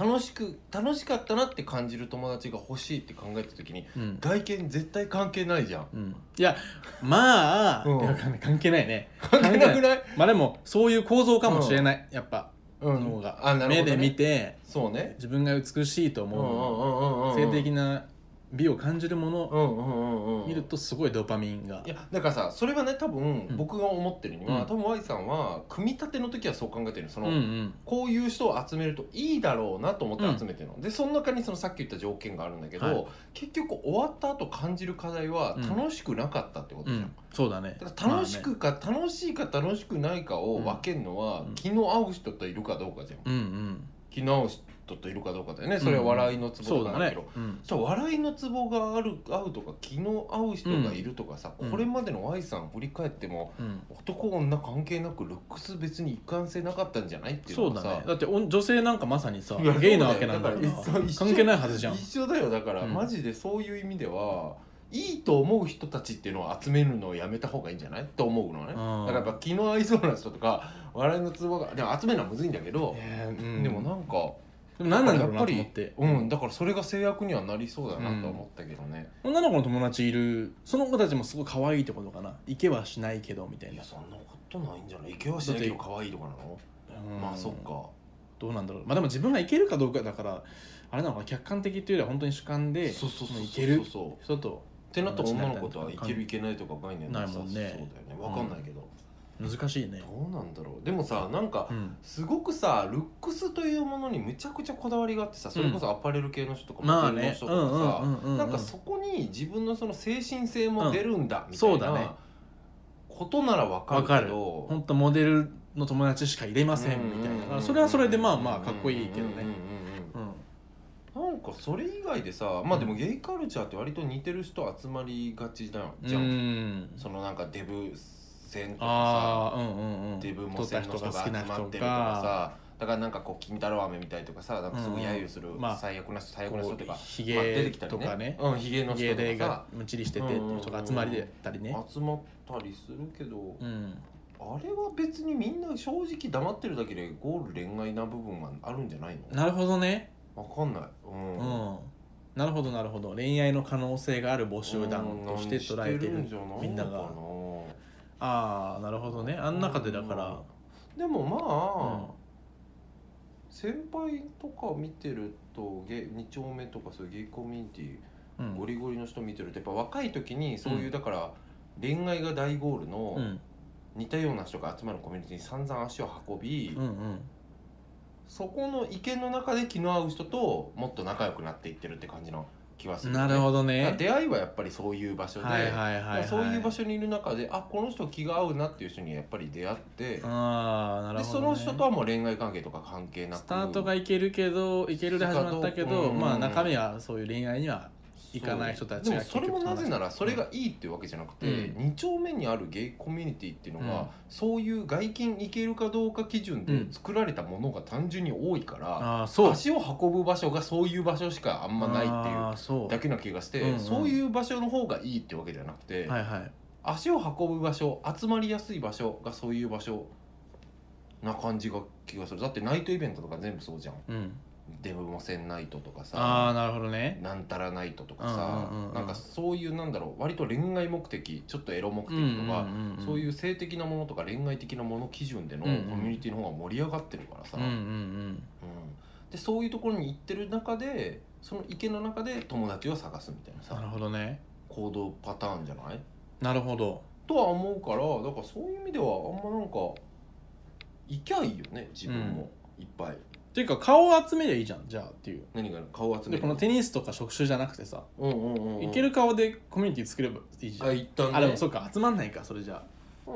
Speaker 2: 楽しく楽しかったなって感じる友達が欲しいって考えた時に
Speaker 1: うん
Speaker 2: 外見絶対関係ないじゃん
Speaker 1: うんいやまあ、
Speaker 2: うん
Speaker 1: いやわかんない関係ないね
Speaker 2: 関係なくない
Speaker 1: まあでもそういう構造かもしれない、やっぱ
Speaker 2: う
Speaker 1: 脳が、
Speaker 2: あなるほど、ね、
Speaker 1: 目で見て
Speaker 2: そうね
Speaker 1: 自分が美しいと思うもの
Speaker 2: うんうんうんうんう
Speaker 1: 性
Speaker 2: ん
Speaker 1: 的な美を感じるもの
Speaker 2: う
Speaker 1: を
Speaker 2: んうんうんうん
Speaker 1: 見るとすごいドーパミンが
Speaker 2: いやだからさそれはね多分
Speaker 1: うん
Speaker 2: 僕が思ってるには、
Speaker 1: うん
Speaker 2: 多分 Y さんは組み立ての時はそう考えてるのそ
Speaker 1: うん
Speaker 2: の、
Speaker 1: うん
Speaker 2: こういう人を集めるといいだろうなと思
Speaker 1: う
Speaker 2: っ
Speaker 1: ん
Speaker 2: て集めてるの、でその中にそのさっき言った条件があるんだけど、
Speaker 1: はい
Speaker 2: 結局終わった後感じる課題は
Speaker 1: うん
Speaker 2: 楽しくなかったってこと
Speaker 1: う
Speaker 2: じゃん、
Speaker 1: んそうだね
Speaker 2: だから楽しくか、楽しいか楽しくないかを分けるのは、
Speaker 1: うん
Speaker 2: 気の合う人といるかどうかじゃん、
Speaker 1: まあねうん
Speaker 2: 気の合う人といるかどうかだよねそれは笑いの
Speaker 1: う
Speaker 2: ツ
Speaker 1: ん
Speaker 2: ボ
Speaker 1: そ
Speaker 2: と
Speaker 1: う
Speaker 2: か
Speaker 1: だ
Speaker 2: なんだけ
Speaker 1: ね
Speaker 2: ど、
Speaker 1: うん
Speaker 2: じゃあ笑いのツボがある合うとか気の合う人がいるとかさ、
Speaker 1: うん
Speaker 2: これまでの Y さん振り返っても
Speaker 1: うん
Speaker 2: 男女関係なくルックス別に一貫性なかったんじゃないっていう
Speaker 1: そ
Speaker 2: の
Speaker 1: う
Speaker 2: が
Speaker 1: だ
Speaker 2: さ
Speaker 1: ねだってお女性なんかまさにさ
Speaker 2: いや
Speaker 1: ゲイなわけなんだから
Speaker 2: そうだよだから一緒
Speaker 1: 関係ないはずじゃん
Speaker 2: 一緒だよだから、
Speaker 1: うん
Speaker 2: マジでそういう意味ではいいと思う人たちっていうのを集めるのをやめた方がいいんじゃないと思うのね、
Speaker 1: うん
Speaker 2: だからやっぱ気の合いそうな人とか笑いのツボがでも集めるのはむずいんだけど、
Speaker 1: えーうん
Speaker 2: でもなんか、
Speaker 1: でも何なんだ
Speaker 2: や
Speaker 1: ろうな
Speaker 2: っぱ
Speaker 1: と
Speaker 2: り
Speaker 1: 思って
Speaker 2: うん、だからそれが制約にはなりそうだなとは思ったけどね、
Speaker 1: 女の子の友達いるその子たちもすごい可愛いってことかな行けはしないけどみたい
Speaker 2: いや
Speaker 1: な
Speaker 2: そんなことないんじゃない池はしないけど可愛いとかなの、
Speaker 1: うん
Speaker 2: まあそっか
Speaker 1: どうなんだろうまあでも自分が行けるかどうかだからあれなのかな客観的というよりは本当に主観で
Speaker 2: そうそうそう
Speaker 1: もう
Speaker 2: そう
Speaker 1: いける
Speaker 2: そう
Speaker 1: 人と
Speaker 2: ってなったら女の子とはい
Speaker 1: 友達になりたい
Speaker 2: けるいけないとか概念
Speaker 1: ないも
Speaker 2: そ
Speaker 1: んね
Speaker 2: うだよねわかんないけど、
Speaker 1: 難しいね
Speaker 2: どうなんだろうでもさなんか
Speaker 1: うん
Speaker 2: すごくさルックスというものにむちゃくちゃこだわりがあってさそれこそアパレル系の人とか
Speaker 1: まあ
Speaker 2: モデルの
Speaker 1: ね
Speaker 2: 人とかさ、
Speaker 1: うんうんうんうん
Speaker 2: なんかそこに自分のその精神性も出るんだみた
Speaker 1: そう
Speaker 2: い
Speaker 1: だね
Speaker 2: なことならわかるけど
Speaker 1: 本当モデルの友達しか入れませんみたいなだからそれはそれでまあまあかっこいいけど
Speaker 2: うんうん
Speaker 1: ねうん
Speaker 2: うんなんかそれ以外でさまあでもゲイカルチャーって割と似てる人集まりがちだじゃん、
Speaker 1: うん
Speaker 2: そのなんかデブ戦とかさ
Speaker 1: ああうんうんうん
Speaker 2: デブモ
Speaker 1: 太った
Speaker 2: 戦の
Speaker 1: 人
Speaker 2: 人
Speaker 1: が
Speaker 2: が
Speaker 1: 好
Speaker 2: 集
Speaker 1: きな
Speaker 2: ま
Speaker 1: 人
Speaker 2: って
Speaker 1: が
Speaker 2: るとかさだからなんかこう金太郎飴みたいとかさなんかすごい揶揄する
Speaker 1: うんまあ
Speaker 2: 最悪な人最悪な人
Speaker 1: ことう
Speaker 2: か、ま
Speaker 1: ひ
Speaker 2: あ出
Speaker 1: げ
Speaker 2: てきたり
Speaker 1: と
Speaker 2: ね
Speaker 1: かね
Speaker 2: うん、ヒゲの
Speaker 1: ひげ
Speaker 2: 人
Speaker 1: で
Speaker 2: と
Speaker 1: が
Speaker 2: か
Speaker 1: むちりしててっていう人が集まりでたりね
Speaker 2: さ集まったりするけど、
Speaker 1: うん
Speaker 2: あれは別にみんな正直黙ってるだけでゴール恋愛な部分はあるんじゃないの
Speaker 1: なるほどね
Speaker 2: わかんない、うん
Speaker 1: うんなるほどなるほど恋愛の可能性がある募集団として捉えて
Speaker 2: うん
Speaker 1: る
Speaker 2: じゃないのかな
Speaker 1: みんながああなるほどねあん中でだから
Speaker 2: でもまあ、
Speaker 1: うん
Speaker 2: 先輩とか見てるとゲ2丁目とかそういうゲイコミュニティ
Speaker 1: うん
Speaker 2: ゴリゴリの人見てるとやっぱ若い時にそういううんだから恋愛が大ゴール
Speaker 1: う
Speaker 2: の
Speaker 1: ん
Speaker 2: 似たような人が集まるコミュニティに散々足を運び
Speaker 1: うんうん
Speaker 2: そこの意見の中で気の合う人ともっと仲良くなっていってるって感じの気はする、
Speaker 1: なるほ
Speaker 2: ど
Speaker 1: どね
Speaker 2: 出会いはやっぱりそういう場所で、
Speaker 1: はいはいはい、は
Speaker 2: まあそういう場
Speaker 1: 所
Speaker 2: 所にいる中であこの人気が合うなっていう人にやっぱり出会って、
Speaker 1: ああなる
Speaker 2: で
Speaker 1: ほど、
Speaker 2: そ
Speaker 1: ね、
Speaker 2: の人とはもう恋愛関係とか関係なく
Speaker 1: スタートがいけるけどいけるで始まったけど、
Speaker 2: うん
Speaker 1: まあ中身はそういう恋愛には行かない人たち
Speaker 2: で
Speaker 1: が
Speaker 2: もそれもなぜなら
Speaker 1: 結
Speaker 2: そ
Speaker 1: 局
Speaker 2: れがいいっていうわけじゃなくて、
Speaker 1: うん
Speaker 2: 2丁目にあるゲイコミュニティっていうのが、
Speaker 1: うん
Speaker 2: そういう外見いけるかどうか基準で作られたものが単純に多いから、
Speaker 1: ああそう
Speaker 2: 足を運ぶ場所がそういう場所しかあんまないっていう
Speaker 1: あーそう
Speaker 2: だけな気がして、
Speaker 1: うんうん
Speaker 2: そういう場所の方がいいってわけじゃなくて、
Speaker 1: はいはい
Speaker 2: 足を運ぶ場所集まりやすい場所がそういう場所な感じが気がするだってナイトイベントとか全部そうじゃん
Speaker 1: うん
Speaker 2: デブモセンナイトとか
Speaker 1: ああ
Speaker 2: さ
Speaker 1: なるほどね
Speaker 2: なんたらナイトとかさ、
Speaker 1: うんうんうんうん
Speaker 2: なんかそういうなんだろう割と恋愛目的ちょっとエロ目的とか、そういうう性的なものとか恋愛的なもの基準での
Speaker 1: う
Speaker 2: コ
Speaker 1: ん
Speaker 2: ミ
Speaker 1: うん
Speaker 2: ュニティの方が盛り上がってるからさ、
Speaker 1: んうんうん
Speaker 2: うんでそういうところに行ってる中でその池の中で友達を探すみたいな
Speaker 1: なる
Speaker 2: さ
Speaker 1: ほどね
Speaker 2: 行動パターンじゃない
Speaker 1: なるほど
Speaker 2: とは思うからだからそういう意味ではあんまなんかいきゃいいよね自分も、いっぱい
Speaker 1: っていうか顔を集めりゃいいじゃんじゃあっていう
Speaker 2: 何か顔集め
Speaker 1: で
Speaker 2: る
Speaker 1: このテニスとか職種じゃなくてさ
Speaker 2: うんうんうんうん
Speaker 1: いける顔でコミュニティ作ればいいじゃん
Speaker 2: あ一旦ね
Speaker 1: あでもそうか集まんないかそれじゃ
Speaker 2: う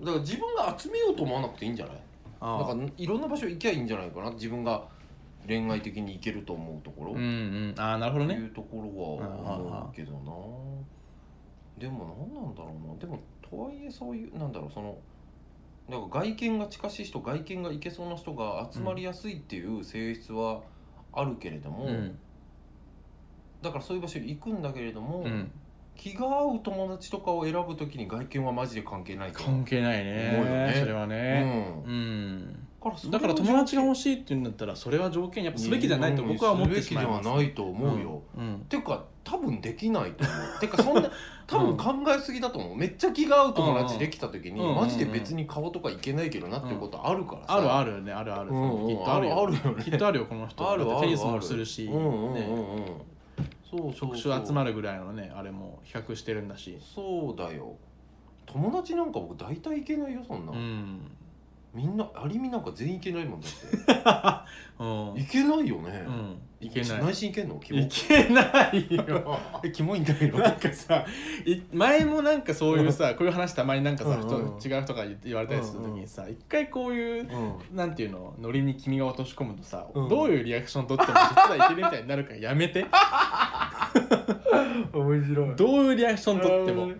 Speaker 2: ん、だから自分が集めようと思わなくていいんじゃない
Speaker 1: あ
Speaker 2: だ
Speaker 1: あ
Speaker 2: か
Speaker 1: あ
Speaker 2: らいろんな場所行きゃいいんじゃないかな自分が恋愛的に行けると思うところ、
Speaker 1: うんうんああなるほど
Speaker 2: ってい
Speaker 1: ね
Speaker 2: うところは思うけどなでも何なんだろうなでもとはいえそういうなんだろうそのなんか外見が近しい人外見がいけそうな人が集まりやすいっていう性質はあるけれども、
Speaker 1: うん
Speaker 2: だからそういう場所に行くんだけれども、
Speaker 1: うん
Speaker 2: 気が合う友達とかを選ぶときに外見はマジで関係ないと思う
Speaker 1: 関係ないね
Speaker 2: 思うよね
Speaker 1: それはね
Speaker 2: う
Speaker 1: うんん
Speaker 2: からそれ
Speaker 1: だ
Speaker 2: は
Speaker 1: から友達が欲しいって言うんだったらそれは条件やっぱすべきじゃないと僕は思ってしまいま
Speaker 2: すべきで
Speaker 1: す
Speaker 2: はないと思うよ、
Speaker 1: うんうん
Speaker 2: てか多分できないと思うてかそ んな多分考えすぎだと思うめっちゃ気が合う友達できた時に、
Speaker 1: うんうん
Speaker 2: マジで別に顔とかいけないけどなっていうことあるからさ、
Speaker 1: あるあ
Speaker 2: る
Speaker 1: るねあるある
Speaker 2: うんうん
Speaker 1: きっとあるよ
Speaker 2: あるあるよね
Speaker 1: きっとあるよこの人
Speaker 2: あるある
Speaker 1: だ
Speaker 2: あ
Speaker 1: っ
Speaker 2: る
Speaker 1: てテニスもするし
Speaker 2: うんうんうんうん、
Speaker 1: ね
Speaker 2: そうそう
Speaker 1: 職
Speaker 2: そう
Speaker 1: 種集まるぐらいのねあれも比較してるんだし
Speaker 2: そうだよ友達なんか僕大体いけないよそんな、
Speaker 1: うん
Speaker 2: みんなアリミなんか全員いけないもんだっ
Speaker 1: うん
Speaker 2: ていけないよね
Speaker 1: う、んいけない
Speaker 2: 内心いけんのキモ
Speaker 1: いけないよ
Speaker 2: キモいんだけど
Speaker 1: なんかさい前もなんかそういうさこういう話たまになんかさ、
Speaker 2: うん
Speaker 1: ふ
Speaker 2: うん
Speaker 1: と違う人が言って言われたりするときにさ、一回こういう
Speaker 2: うん
Speaker 1: なんていうのノリに君が落とし込むとさ、
Speaker 2: うん
Speaker 1: どういうリアクション取っても実はいけるみたいになるからやめて
Speaker 2: 面白
Speaker 1: どういうリアクション取っても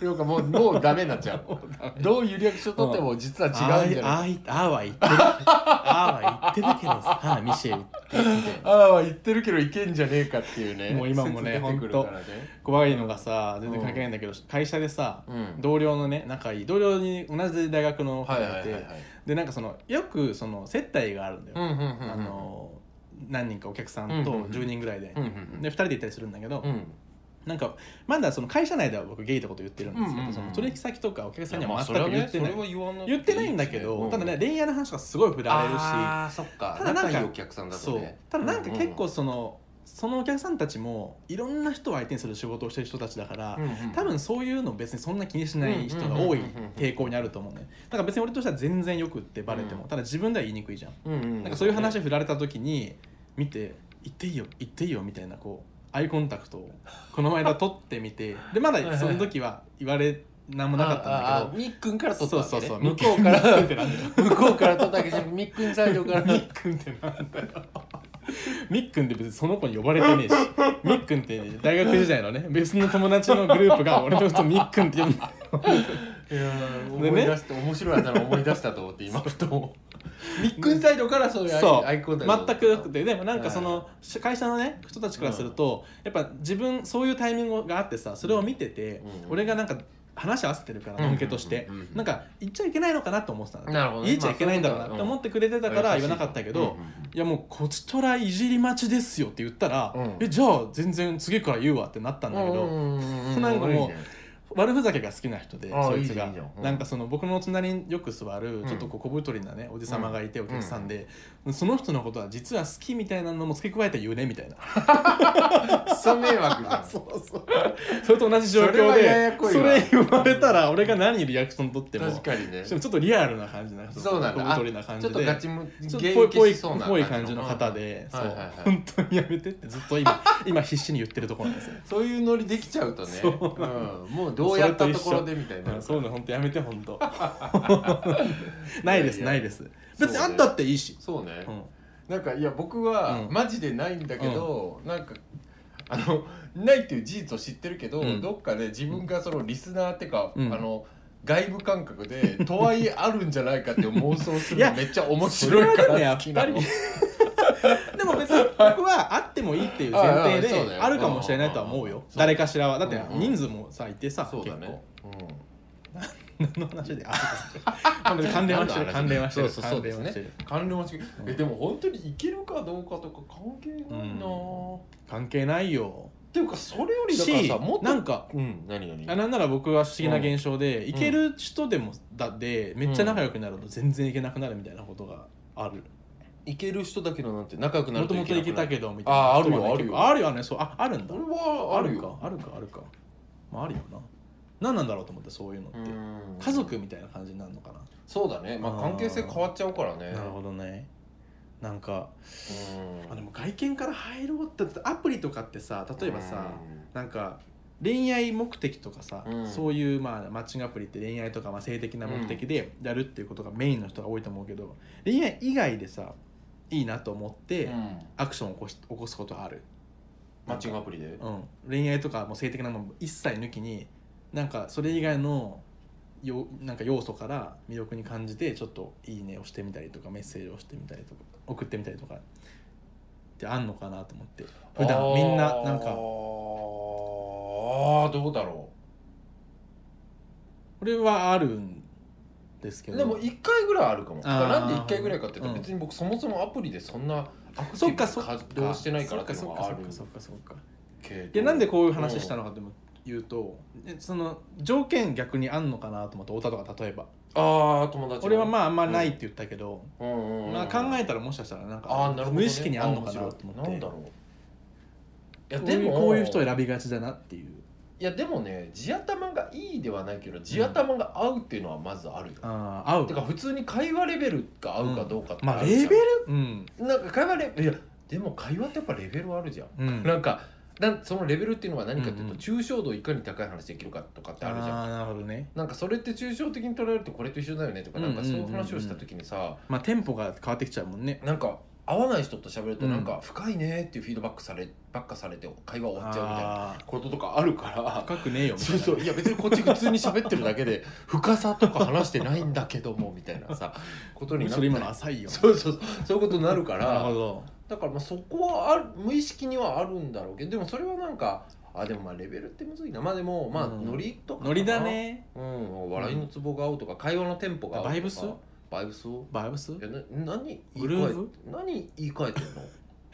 Speaker 2: なんかもうもうダメになっちゃうどういうリアクション取っても実は違うんじゃない
Speaker 1: あーいあーは言ってるあーは言ってるけどさミシェルってみたいな
Speaker 2: ああは言ってるけどいけんじゃねえかっていう ね
Speaker 1: もう今もね
Speaker 2: 説出てくるからね
Speaker 1: 怖いのがさ全然関係ないんだけど、会社でさ
Speaker 2: うん
Speaker 1: 同僚のね仲いい同僚に同じ大学の子が
Speaker 2: はいい
Speaker 1: て、
Speaker 2: はいはいはい
Speaker 1: でなんかそのよくその接待があるんだよ、
Speaker 2: うんうんうんうん
Speaker 1: あの何人かお客さん
Speaker 2: うん
Speaker 1: と
Speaker 2: うんうん
Speaker 1: 10人ぐらいで、
Speaker 2: うんうん
Speaker 1: で2人で行ったりするんだけど、
Speaker 2: うん
Speaker 1: なんかまだその会社内では僕ゲイってこと言ってるんですけど、
Speaker 2: うんうんうん
Speaker 1: その取引先とかお客さんに
Speaker 2: いやま
Speaker 1: は
Speaker 2: あ
Speaker 1: 全く言ってない、
Speaker 2: それは言わなく
Speaker 1: 言ってないんだけど、
Speaker 2: うん
Speaker 1: ただね恋愛の話がすごい振られるし
Speaker 2: ああそっか
Speaker 1: ただなんか
Speaker 2: 仲いいお客さんだと
Speaker 1: そう
Speaker 2: ね
Speaker 1: ただなんか結構その、そのお客さんたちもいろんな人を相手にする仕事をしてる人たちだから、
Speaker 2: うんうん
Speaker 1: 多分そういうの別にそんな気にしない人が多い傾向にあると思うねだから別に俺としては全然よくってバレても、
Speaker 2: うん
Speaker 1: ただ自分では言いにくいじゃん
Speaker 2: うんうん
Speaker 1: なんかそういう話を振られた時に見て「言っていいよ言っていいよ」みたいなこうアイコンタクトをこの間取ってみてでまだその時は言われなんもなかったんだけど
Speaker 2: けどみっくんから取ったわけね
Speaker 1: そうそうそう
Speaker 2: 向こうから
Speaker 1: みっくんってなんだよ
Speaker 2: 向こうから取ったわけじ ゃなくてみっくんサイドから
Speaker 1: みっくんってなんだよみっくんって別にその子に呼ばれてねえしみっくんって大学時代のね別の友達のグループが俺のことみっくんって呼んだ
Speaker 2: いやー思い出して、面白いあだ名思い出したと思って今ふとミックンサイドからそういうアイ
Speaker 1: そう
Speaker 2: アイコンタクト
Speaker 1: 全くなくてでもなんかその会社のね人たちからすると、やっぱ自分そういうタイミングがあってさそれを見てて、
Speaker 2: うん
Speaker 1: 俺がなんか話合わせてるから、
Speaker 2: うん
Speaker 1: のんけとして、
Speaker 2: うんうんうん
Speaker 1: なんか言っちゃいけないのかなと思ってたんだ
Speaker 2: なるほどね
Speaker 1: 言っちゃいけないんだろうな
Speaker 2: まあ
Speaker 1: って思ってくれてたから言わなかったけど、いやもうこちとらいじり待ちですよって言ったら、
Speaker 2: うん
Speaker 1: えじゃあ全然次から言うわってなったんだけど、
Speaker 2: うんうんうんうん
Speaker 1: なんかもう
Speaker 2: いいね
Speaker 1: 悪ふざけが好きな人で
Speaker 2: ああ
Speaker 1: そいつが
Speaker 2: いいじゃんいいじゃんうん
Speaker 1: なんかその僕の隣によく座る
Speaker 2: うん
Speaker 1: ちょっとこう小太りなねおじさまがいてお客さんで、その人のことは実は好きみたいなのも付け加えて言うね みたいな
Speaker 2: クソ迷惑じゃん
Speaker 1: そうそう それと同じ状況
Speaker 2: それ
Speaker 1: で
Speaker 2: はややこいわ
Speaker 1: それ言われたら俺が何リアクション取っても
Speaker 2: 確かにね
Speaker 1: しかもちょっとリアルな感じな
Speaker 2: そうなんだ
Speaker 1: 小太りな感
Speaker 2: ち
Speaker 1: じ
Speaker 2: ょっ
Speaker 1: で
Speaker 2: とガチム
Speaker 1: ちょっと
Speaker 2: ゲ
Speaker 1: ぽ
Speaker 2: ー
Speaker 1: い
Speaker 2: ム
Speaker 1: ぽい
Speaker 2: 消しそうな
Speaker 1: ぽい感じの方で、
Speaker 2: うん
Speaker 1: そう、
Speaker 2: はいはいはい
Speaker 1: 本当にやめてってずっと今今必死に言ってるところなんですよ。
Speaker 2: そういうノリできちゃうとね
Speaker 1: そう
Speaker 2: うん、もうどうやったところでみたいな
Speaker 1: そういうの本当やめて本当。 ないです
Speaker 2: いやいや
Speaker 1: ないです。別にあんたっていいし。
Speaker 2: そうね、
Speaker 1: うん
Speaker 2: なんかいや僕は
Speaker 1: うん
Speaker 2: マジでないんだけど、なんかあのないっていう事実を知ってるけど、
Speaker 1: うん
Speaker 2: どっかで自分がそのリスナーってか、
Speaker 1: うん
Speaker 2: あの外部感覚で とはいえあるんじゃないかって妄想す
Speaker 1: い
Speaker 2: る
Speaker 1: や
Speaker 2: のめっちゃ面白いか
Speaker 1: それは
Speaker 2: ら好
Speaker 1: で
Speaker 2: き
Speaker 1: も
Speaker 2: な
Speaker 1: やっぱり
Speaker 2: の。
Speaker 1: でも別に僕はあってもいいっていう前提
Speaker 2: ああああそうだ
Speaker 1: で
Speaker 2: よ
Speaker 1: あるかもしれないとは思うよ
Speaker 2: うん。
Speaker 1: 誰かしらはだって
Speaker 2: うんうん
Speaker 1: 人数もさいてさ
Speaker 2: そう
Speaker 1: 結
Speaker 2: だ
Speaker 1: 構
Speaker 2: ね。。うん
Speaker 1: 何の 話で。あそうそうそう関連はしてる関連はしてる
Speaker 2: そうそうそう
Speaker 1: 関連は
Speaker 2: で
Speaker 1: し
Speaker 2: す
Speaker 1: て
Speaker 2: ね
Speaker 1: る。
Speaker 2: 関連はしてる
Speaker 1: うん
Speaker 2: えでも本当にいけるかどうかとか関係ないな
Speaker 1: う
Speaker 2: ぁ。
Speaker 1: 関係ないよ。
Speaker 2: っていうかそれよりだから
Speaker 1: し
Speaker 2: さもっと
Speaker 1: なんか。
Speaker 2: うん何何
Speaker 1: あなんなら僕は不思議な現象で、
Speaker 2: ん
Speaker 1: 行ける人でもだってめっちゃ仲良くなると全然行けなくなるみたいなことがある
Speaker 2: いける人だけどなんて仲良くな
Speaker 1: も
Speaker 2: る
Speaker 1: ともと行けた
Speaker 2: ど
Speaker 1: けどみたいな人はね
Speaker 2: あーあるよ
Speaker 1: 結構
Speaker 2: あ
Speaker 1: あるよねそうああるんだ
Speaker 2: 俺はあるよ
Speaker 1: かあるかあるかまああるよな何なんだろうと思ってそういうのって
Speaker 2: うん
Speaker 1: 家族みたいな感じになるのか
Speaker 2: そうだね、まあ、
Speaker 1: あー
Speaker 2: 関係性変わっちゃうから
Speaker 1: な、
Speaker 2: ね
Speaker 1: なるほどねなんか
Speaker 2: うん
Speaker 1: あでも外見から入ろうってアプリとかってさ例えばさ、なんか恋愛目的とかさ、
Speaker 2: うん
Speaker 1: そういうまあマッチングアプリって恋愛とかまあ性的な目的でやるっていうことがメインの人が多いと思うけど恋愛以外でさいいなと思って、
Speaker 2: うん
Speaker 1: アクションを起こし起こすことある、
Speaker 2: マッチングアプリで、
Speaker 1: うん、恋愛とかもう性的なものも一切抜きになんかそれ以外のよなんか要素から魅力に感じてちょっと「いいね」をしてみたりとかメッセージをしてみたりとか送ってみたりとかってあんのかなと思って
Speaker 2: あ
Speaker 1: 普段
Speaker 2: ー
Speaker 1: みんななん
Speaker 2: あ
Speaker 1: か
Speaker 2: ーどうだろ
Speaker 1: これはあるんですけ
Speaker 2: う
Speaker 1: ど
Speaker 2: でも1回ぐらいあるかも
Speaker 1: あー
Speaker 2: だからなんで1回ぐらいかっていうと
Speaker 1: うん
Speaker 2: 別に僕そもそもアプリでそんなアクティ
Speaker 1: そっ
Speaker 2: ブ
Speaker 1: か
Speaker 2: に
Speaker 1: そっか
Speaker 2: 活動してないからっていうのがある
Speaker 1: そっかそっかそっかそっか
Speaker 2: け
Speaker 1: い
Speaker 2: ど
Speaker 1: やなんでこういう話したのかと言うとえその条件逆にあんのかなと思って太田とか例えば
Speaker 2: ああ友達
Speaker 1: 俺はま
Speaker 2: あ、
Speaker 1: ああんまないって言ったけど、
Speaker 2: うんうんうん
Speaker 1: まあ、考えたらもしかしたらな
Speaker 2: あーな
Speaker 1: ん
Speaker 2: る
Speaker 1: か
Speaker 2: ほどね
Speaker 1: 無意識にあんのかなと思
Speaker 2: あー面白い
Speaker 1: って
Speaker 2: なんだろういや
Speaker 1: こう
Speaker 2: で
Speaker 1: いう
Speaker 2: も
Speaker 1: こういう人を選びがちだなっていう
Speaker 2: いやでもね地頭がいいではないけど地頭が合うっていうのはまずあるよ、
Speaker 1: ああ合う
Speaker 2: てか普通に会話レベルが合うかどうかって
Speaker 1: まあ
Speaker 2: るじゃん
Speaker 1: レベルうん、
Speaker 2: なんか会話レベルいやでも会話ってやっぱレベルあるじゃん、
Speaker 1: う ん、
Speaker 2: なんかなんそのレベルっていうのは何かっていう
Speaker 1: うん
Speaker 2: と
Speaker 1: うん
Speaker 2: 抽象度をいかに高い話できるかとかってあるじゃん、
Speaker 1: あーなるほどね
Speaker 2: なんかそれって抽象的に捉えるとこれと一緒だよねとかなんかそういう話をした時にさ、
Speaker 1: まあテンポが変わってきちゃうもんね
Speaker 2: なんか合わない人と喋ると
Speaker 1: うん
Speaker 2: なんか深いねっていうフィードバックさればっかされて会話終わっちゃうみたいな
Speaker 1: あ
Speaker 2: こととかあるか
Speaker 1: ー
Speaker 2: ら
Speaker 1: 深くねえよみた
Speaker 2: そう
Speaker 1: いな
Speaker 2: そういや別にこっち普通に喋ってるだけで深さとか話してないんだけどもみたいなさことにな
Speaker 1: それ今の
Speaker 2: る
Speaker 1: 浅いよ
Speaker 2: そうそうそうそういうことになるか
Speaker 1: なる
Speaker 2: ら
Speaker 1: ほど
Speaker 2: だからまあそこはある無意識にはあるんだろうけどでもそれはなんかあでもまあレベルってむずいなまあでもまあ
Speaker 1: うん
Speaker 2: ノリとかかな
Speaker 1: ノリだね
Speaker 2: うん笑いのツボが合うとか会話のテンポが合うとか
Speaker 1: バイブス
Speaker 2: バイブスを
Speaker 1: バイブス
Speaker 2: いやな何言い
Speaker 1: グルー
Speaker 2: 換
Speaker 1: ヴ
Speaker 2: え何言い換えてんの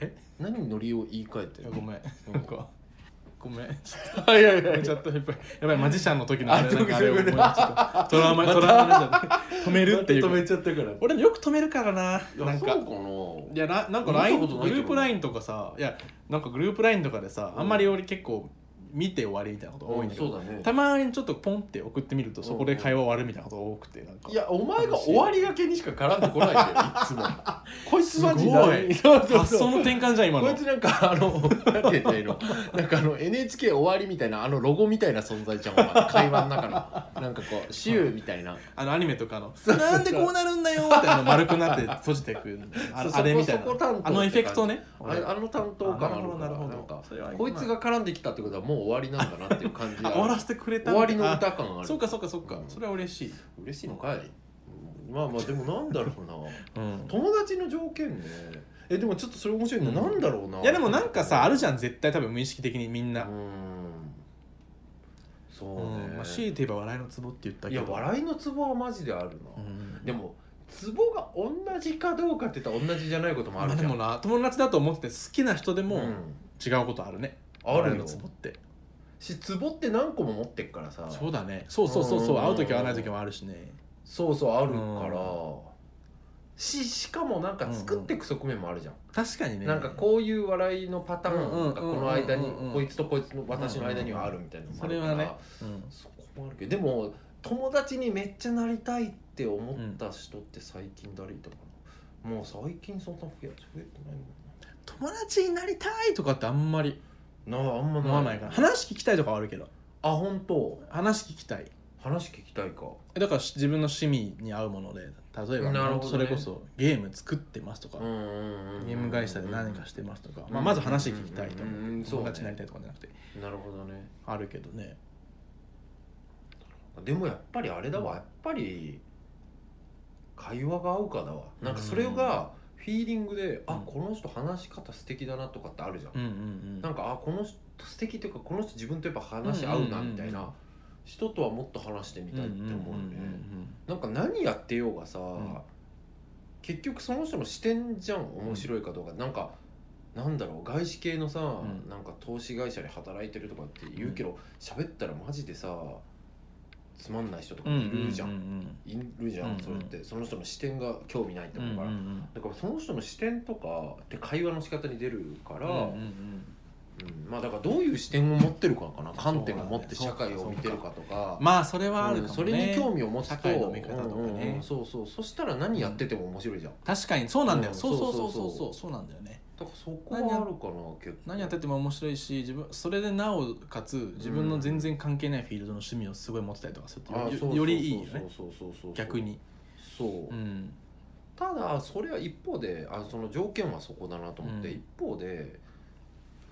Speaker 1: え
Speaker 2: 何ノリを言い換えて
Speaker 1: い
Speaker 2: ん
Speaker 1: や
Speaker 2: の
Speaker 1: ごめんなんかごめん
Speaker 2: いやいやい
Speaker 1: ちょっとやっぱりやばいマジシャンの時のあれ
Speaker 2: あ
Speaker 1: なんかあれを思い出しちゃったトラウマ
Speaker 2: また
Speaker 1: トラウマになっちゃった止めるっていう
Speaker 2: 止めちゃったから
Speaker 1: 俺もよく止めるからない
Speaker 2: や
Speaker 1: なん
Speaker 2: そう
Speaker 1: か
Speaker 2: かない
Speaker 1: やななんか
Speaker 2: 見た
Speaker 1: LINE
Speaker 2: こ
Speaker 1: グ
Speaker 2: とないけど
Speaker 1: ループ LINE とかさいやなんかグループ LINE とかでさ
Speaker 2: うん
Speaker 1: あんまり俺結構見て終わりみたいなこと多いんだけ
Speaker 2: そう
Speaker 1: ど
Speaker 2: だね
Speaker 1: たまにちょっとポンって送ってみるとそこで会話終わるみたいなこと多くてなんか
Speaker 2: いやお前が終わりがけにしか絡んでこないでいつ もこいつマジ
Speaker 1: すご
Speaker 2: 何
Speaker 1: い
Speaker 2: そうそう
Speaker 1: 発
Speaker 2: そ
Speaker 1: 想
Speaker 2: う
Speaker 1: の転換じゃん今
Speaker 2: こ
Speaker 1: の
Speaker 2: いつなんかあの何て言ったらいいのなんかあの NHK 終わりみたいなあのロゴみたいな存在じゃんお前会話の中のなんかこうシューみたいな
Speaker 1: あのアニメと かの「
Speaker 2: うそうそう
Speaker 1: なんでこうなるんだよ」って あの丸くなって閉じていくあ
Speaker 2: そうそこ
Speaker 1: あれみたいな
Speaker 2: そこ担当って感じ
Speaker 1: あのエフェクトね
Speaker 2: あれあの担当感あるから
Speaker 1: あなるほどなるほど
Speaker 2: んか
Speaker 1: それは
Speaker 2: こいつが絡んできたってことはもう終わりなんだなっていう感じ
Speaker 1: あ
Speaker 2: が
Speaker 1: 終わらせてくれた
Speaker 2: 終わりの
Speaker 1: あ
Speaker 2: 歌感ある
Speaker 1: そうかそうかそうか
Speaker 2: うん
Speaker 1: それは嬉しい
Speaker 2: 嬉しいのかいまあまあでもなんだろうな
Speaker 1: うん
Speaker 2: 友達の条件ねえでもちょっとそれ面白いな、
Speaker 1: う
Speaker 2: な
Speaker 1: ん
Speaker 2: んだろうない
Speaker 1: いやでもなんかさあるじ
Speaker 2: ゃん
Speaker 1: ゃん絶対多分無意識的にみん
Speaker 2: う
Speaker 1: な
Speaker 2: んそう
Speaker 1: う
Speaker 2: ね、
Speaker 1: んまあ強いて言えば笑いのツボって言った
Speaker 2: い
Speaker 1: けど
Speaker 2: や笑いのツボはマジであるな、
Speaker 1: うん
Speaker 2: でもツボが同じかどうかって言ったら同じじゃないこともあ
Speaker 1: まあ
Speaker 2: るじ
Speaker 1: で
Speaker 2: ゃん、
Speaker 1: もな友達だと思ってて好きな人でも
Speaker 2: うん
Speaker 1: 違うことあるね
Speaker 2: あ
Speaker 1: 笑
Speaker 2: る
Speaker 1: い
Speaker 2: よ
Speaker 1: のツボって
Speaker 2: し壺って何個も持ってっからさ
Speaker 1: そうだねそうそうそうそう
Speaker 2: うん
Speaker 1: 会う時会わない時もあるしね
Speaker 2: そうそうあるから
Speaker 1: う
Speaker 2: ししかもなんか作っていく側面もあるじゃん、
Speaker 1: 確かにね
Speaker 2: なんかこういう笑いのパターンが
Speaker 1: うんうんうんうんうん
Speaker 2: この間にこいつとこいつの私の間にはあるみたいなのもあるから
Speaker 1: それはねうん
Speaker 2: そこもあるけどでも友達にめっちゃなりたいって思った人って最近誰いたかな、もう最近そんな増え増えてないも
Speaker 1: 友達になりたいとかってあんまり
Speaker 2: んななああんまない
Speaker 1: 思わないから話聞きたいとかはあるけど
Speaker 2: あ本当
Speaker 1: 話聞きたい
Speaker 2: 話聞きたいか
Speaker 1: だから自分の趣味に合うもので例えば、
Speaker 2: なるほどね
Speaker 1: それこそゲーム作ってますとか、
Speaker 2: うんうんうんうん
Speaker 1: ゲーム会社で何かしてますとか、まあ、
Speaker 2: うん
Speaker 1: まず話聞きたいと
Speaker 2: うんうんうんうんそう
Speaker 1: 友
Speaker 2: ね
Speaker 1: 達になりたいとかじゃなくて
Speaker 2: なるほどね
Speaker 1: あるけどね
Speaker 2: でもやっぱりあれだわやっぱり会話が合うかだわなんかそれがフィーリングで、
Speaker 1: う
Speaker 2: あ
Speaker 1: ん
Speaker 2: この人話し方素敵だなとかってあるじゃん、
Speaker 1: うんうんう
Speaker 2: なんんかあこの人素敵というかこの人自分とやっぱ話合うなみたいな、
Speaker 1: うんうんうんうん
Speaker 2: 人とはもっと話してみたいって思うよね、
Speaker 1: ん
Speaker 2: なんか何やってようがさ、
Speaker 1: ん
Speaker 2: 結局その人の視点じゃん面白いかどうか、なんかなんだろう外資系のさ、
Speaker 1: ん
Speaker 2: なんか投資会社で働いてるとかって言うけど喋、ったらマジでさつまんない人とか
Speaker 1: うんうん
Speaker 2: いるじゃん、
Speaker 1: うん
Speaker 2: いるじゃん、
Speaker 1: うんうん
Speaker 2: それってその人の視点が興味ないって
Speaker 1: うんうん
Speaker 2: 思うから、
Speaker 1: うんうん
Speaker 2: だからその人の視点とかって会話の仕方に出るから、
Speaker 1: うんうんうん
Speaker 2: うんまあだからどういう視点を持ってるかかな観点を持って
Speaker 1: そう
Speaker 2: 社
Speaker 1: だね
Speaker 2: 会を見てるかとか
Speaker 1: まあそれはあるかもね、
Speaker 2: それに興味を持つと
Speaker 1: 社会の見方とかね
Speaker 2: うんうんうんそうそうそしたら何やってても面白いじゃん、
Speaker 1: 確かにそうなんだよ、
Speaker 2: うん
Speaker 1: そうそうそ
Speaker 2: そ
Speaker 1: うそ
Speaker 2: そ
Speaker 1: うう
Speaker 2: う
Speaker 1: そうそうなんだよね
Speaker 2: だからそこはあるかな結構
Speaker 1: 何やってても面白いし自分それでなおかつ自分の全然関係ないフィールドの趣味をすごい持ってたりとかすると
Speaker 2: あ
Speaker 1: よ
Speaker 2: あそうそうそう
Speaker 1: よりいいよね
Speaker 2: そうそうそうそう
Speaker 1: 逆に
Speaker 2: そう、
Speaker 1: うん
Speaker 2: ただそれは一方であその条件はそこだなと思って、
Speaker 1: うん
Speaker 2: 一方で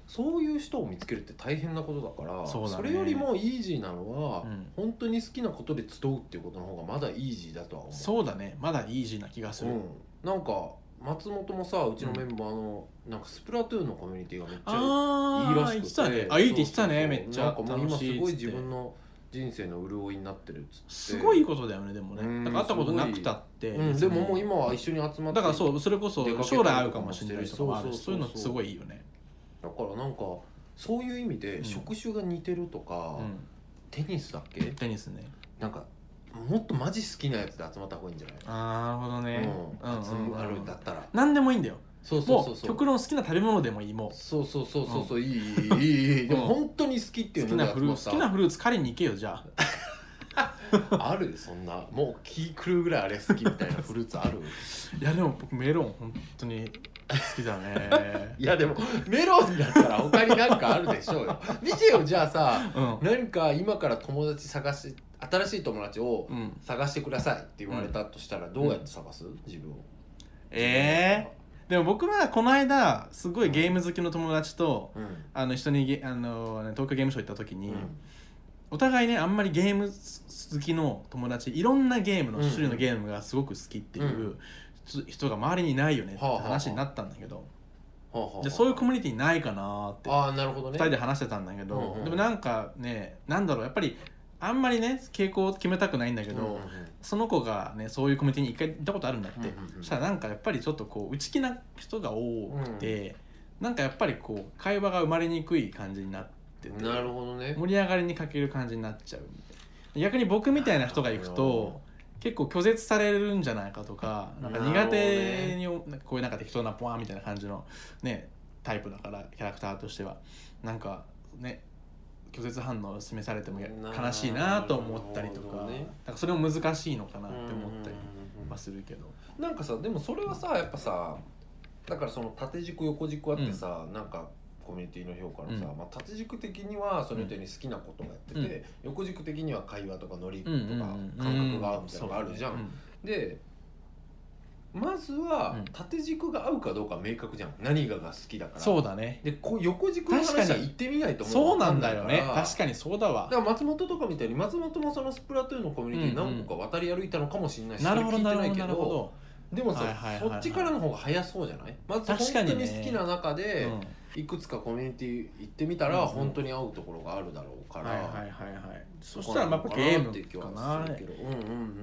Speaker 2: そういう人を見つけるって大変なことだから
Speaker 1: そうだね
Speaker 2: れよりもイージーなのは、
Speaker 1: うん
Speaker 2: 本当に好きなことで集うっていうことの方がまだイージーだとは思う
Speaker 1: そうだねまだイージーな気がする、
Speaker 2: うん、なんか松本もさうちのメンバーの、なんかスプラトゥーンのコミュニティがめっちゃいい
Speaker 1: あ
Speaker 2: ら
Speaker 1: あ
Speaker 2: し
Speaker 1: 言
Speaker 2: く
Speaker 1: っててたねあいいって言ってたね
Speaker 2: そうそうそう
Speaker 1: めっちゃ
Speaker 2: なんかもう今
Speaker 1: 楽し
Speaker 2: す
Speaker 1: いっ
Speaker 2: ごい
Speaker 1: つって
Speaker 2: 自分の人生の潤いになってるっつって
Speaker 1: すごいいいことだよねでもね
Speaker 2: うん
Speaker 1: なんか会ったことなくたって、
Speaker 2: うん、
Speaker 1: 別
Speaker 2: で
Speaker 1: に
Speaker 2: ももう今は一緒に集まって
Speaker 1: だからそううそれこそ
Speaker 2: 出かけたり
Speaker 1: 将来会うかもしれない人とかもあるし
Speaker 2: そ
Speaker 1: そうう
Speaker 2: そう
Speaker 1: いう
Speaker 2: そう
Speaker 1: の
Speaker 2: そう
Speaker 1: すごいいいよね、
Speaker 2: だからなんかそういう意味で
Speaker 1: うん
Speaker 2: 職種が似てるとか、
Speaker 1: う
Speaker 2: テニスだっけ
Speaker 1: ん、テニスね
Speaker 2: なんかもっとマジ好きなやつで集まった方がいいんじゃない
Speaker 1: ああなるほどね、
Speaker 2: うん、集
Speaker 1: うんうんうん
Speaker 2: まるんだったら
Speaker 1: 何でもいいんだよ
Speaker 2: そうそう
Speaker 1: も
Speaker 2: そう
Speaker 1: う
Speaker 2: そう
Speaker 1: 極論好きな食べ物でもいいもう
Speaker 2: そうそうそうそうそういいいいいいいいでも
Speaker 1: うん
Speaker 2: 本当に好きってい
Speaker 1: 好
Speaker 2: う
Speaker 1: き
Speaker 2: の
Speaker 1: な
Speaker 2: が
Speaker 1: フルーツ好きなフルーツ狩りに行けよじゃあ
Speaker 2: あるそんなもう気狂うぐらいあれ好きみたいなフルーツある
Speaker 1: いやでも僕メロン本当に好きだね
Speaker 2: いやでもメロンだったら他になんかあるでしょう よ見てよじゃあさ
Speaker 1: うん
Speaker 2: 何か今から友達探し新しい友達を
Speaker 1: うん
Speaker 2: 探してくださいって言われたとしたらどうやって探す自分を
Speaker 1: えー、でも僕はこの間すごいゲーム好きの友達と
Speaker 2: うん
Speaker 1: あの一緒にゲあの東京ゲームショウ行った時
Speaker 2: う
Speaker 1: に、
Speaker 2: ん
Speaker 1: お互いねあんまりゲーム好きの友達いろんなゲームの種類のゲームがすごく好きっていう、
Speaker 2: うん
Speaker 1: ちょ人が周りにいないよねって
Speaker 2: はあはあはあ
Speaker 1: 話になったんだけど、
Speaker 2: はあはあはあ
Speaker 1: でそういうコミュニティないかなって
Speaker 2: ああなるほど
Speaker 1: 2
Speaker 2: ね
Speaker 1: 人で話してたんだけど、
Speaker 2: うんうん
Speaker 1: でもなんかねなんだろうやっぱりあんまりね傾向を決めたくないんだけど、
Speaker 2: うんうんうん
Speaker 1: その子がねそういうコミュニティに一回行ったことあるんだって、
Speaker 2: うんうんうん
Speaker 1: そしたらなんかやっぱりちょっとこう内気な人が多くて、なんかやっぱりこう会話が生まれにくい感じになってて
Speaker 2: なるほどね
Speaker 1: 盛り上がりに欠ける感じになっちゃうみたいな逆に僕みたいな人が行くと結構拒絶されるんじゃないかとかなんか苦手に、なんかこういうなんか適当なポワンみたいな感じのねタイプだからキャラクターとしてはなんかね拒絶反応を示されてもや悲しいなと思ったりと
Speaker 2: なる
Speaker 1: か,、
Speaker 2: ほどね
Speaker 1: なんかそれも難しいのかな
Speaker 2: う
Speaker 1: っ
Speaker 2: ん
Speaker 1: て
Speaker 2: うんうん
Speaker 1: 思ったりはするけど、
Speaker 2: なんかさでもそれはさやっぱさだからその縦軸横軸あってさ、なんかコミュニティの評価のさ、
Speaker 1: うん
Speaker 2: まあ、縦軸的にはその人に好きなことをやってて、横軸的には会話とかノリとか感覚が合うみたいなのがあるじゃん。でまずは
Speaker 1: うん
Speaker 2: 縦軸が合うかどうか明確じゃん何がが好きだから。
Speaker 1: そうだね
Speaker 2: でこう横軸の話
Speaker 1: 確
Speaker 2: は
Speaker 1: かに
Speaker 2: 行ってみないとも
Speaker 1: そうなんだ
Speaker 2: わ
Speaker 1: よね
Speaker 2: かんないから
Speaker 1: 確かにそうだわ
Speaker 2: だから松本とかみたいに松本もそのスプラトゥーンのコミュニティ何個か渡り歩いたのかもしれないし、
Speaker 1: なるほど
Speaker 2: それ
Speaker 1: な
Speaker 2: 聞いてない
Speaker 1: るほど
Speaker 2: け
Speaker 1: なるほど、
Speaker 2: でもさ、
Speaker 1: はいはいはいはい
Speaker 2: そっちからの方が早そうじゃないまず本
Speaker 1: 確
Speaker 2: 当
Speaker 1: かにね
Speaker 2: に好きな中で
Speaker 1: うん
Speaker 2: いくつかコミュニティ行ってみたら
Speaker 1: うんうん
Speaker 2: 本当に合うところがあるだろうから、
Speaker 1: はいはいはいはい
Speaker 2: そ
Speaker 1: そしたらまあやっぱゲーム
Speaker 2: か
Speaker 1: か
Speaker 2: な
Speaker 1: な
Speaker 2: っていう気はするけどうんうんうん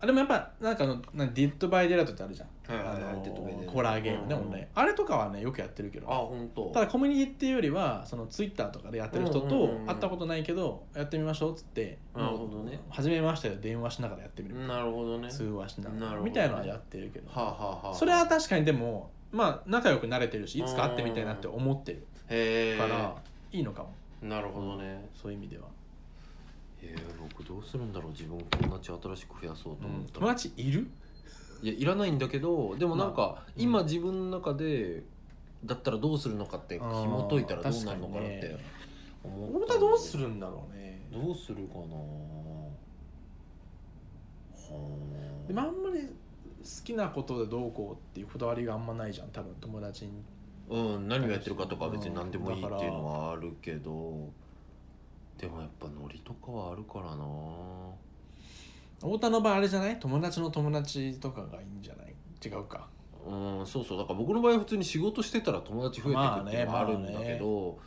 Speaker 1: あでもやっぱなんかあのなんディッド・バイ・デラートってあるじゃ
Speaker 2: は
Speaker 1: ん、
Speaker 2: いはいはい
Speaker 1: あの
Speaker 2: デッドバイデラート
Speaker 1: コラーゲームね、
Speaker 2: うんうん
Speaker 1: オンラインあれとかはねよくやってるけど
Speaker 2: あ本当
Speaker 1: ただコミュニティっていうよりはそのツイッターとかでやってる人
Speaker 2: うんうん
Speaker 1: と
Speaker 2: うんうん
Speaker 1: 会ったことないけどやってみましょうっつって
Speaker 2: なるほどね
Speaker 1: 初めましてで電話しながらやってみる
Speaker 2: なるほどね
Speaker 1: 通話しなが
Speaker 2: なる
Speaker 1: ら
Speaker 2: ほどね
Speaker 1: みたいなのはやってるけど
Speaker 2: はあ、はあはあ、
Speaker 1: それは確かにでもまあ仲良くなれてるしいつか会ってみたいなって思ってる
Speaker 2: へえ
Speaker 1: からいいのかも
Speaker 2: なるほどね
Speaker 1: そういう意味では、
Speaker 2: え僕どうするんだろう自分友達新しく増やそうと思った
Speaker 1: 友
Speaker 2: ら、
Speaker 1: 達いる
Speaker 2: いやいらないんだけどでもなんか、
Speaker 1: うん
Speaker 2: 今自分の中でだったらどうするのかって紐解いたらどうなるのかなっ
Speaker 1: 確
Speaker 2: て
Speaker 1: にね
Speaker 2: 思った
Speaker 1: 俺はどうするんだろうね
Speaker 2: どうするかな
Speaker 1: でもあんまり好きなことでどうこうっていうこだわりがあんまないじゃん多分友達に
Speaker 2: うん、何をやってるかとかは別に何でもいいっていうのはあるけどでもやっぱノリとかはあるからな
Speaker 1: 太田の場合あれじゃない友達の友達とかがいいんじゃない違うか
Speaker 2: うんそうそうだから僕の場合は普通に仕事してたら友達増えてくっていうのはあ
Speaker 1: まあね
Speaker 2: るんだけど、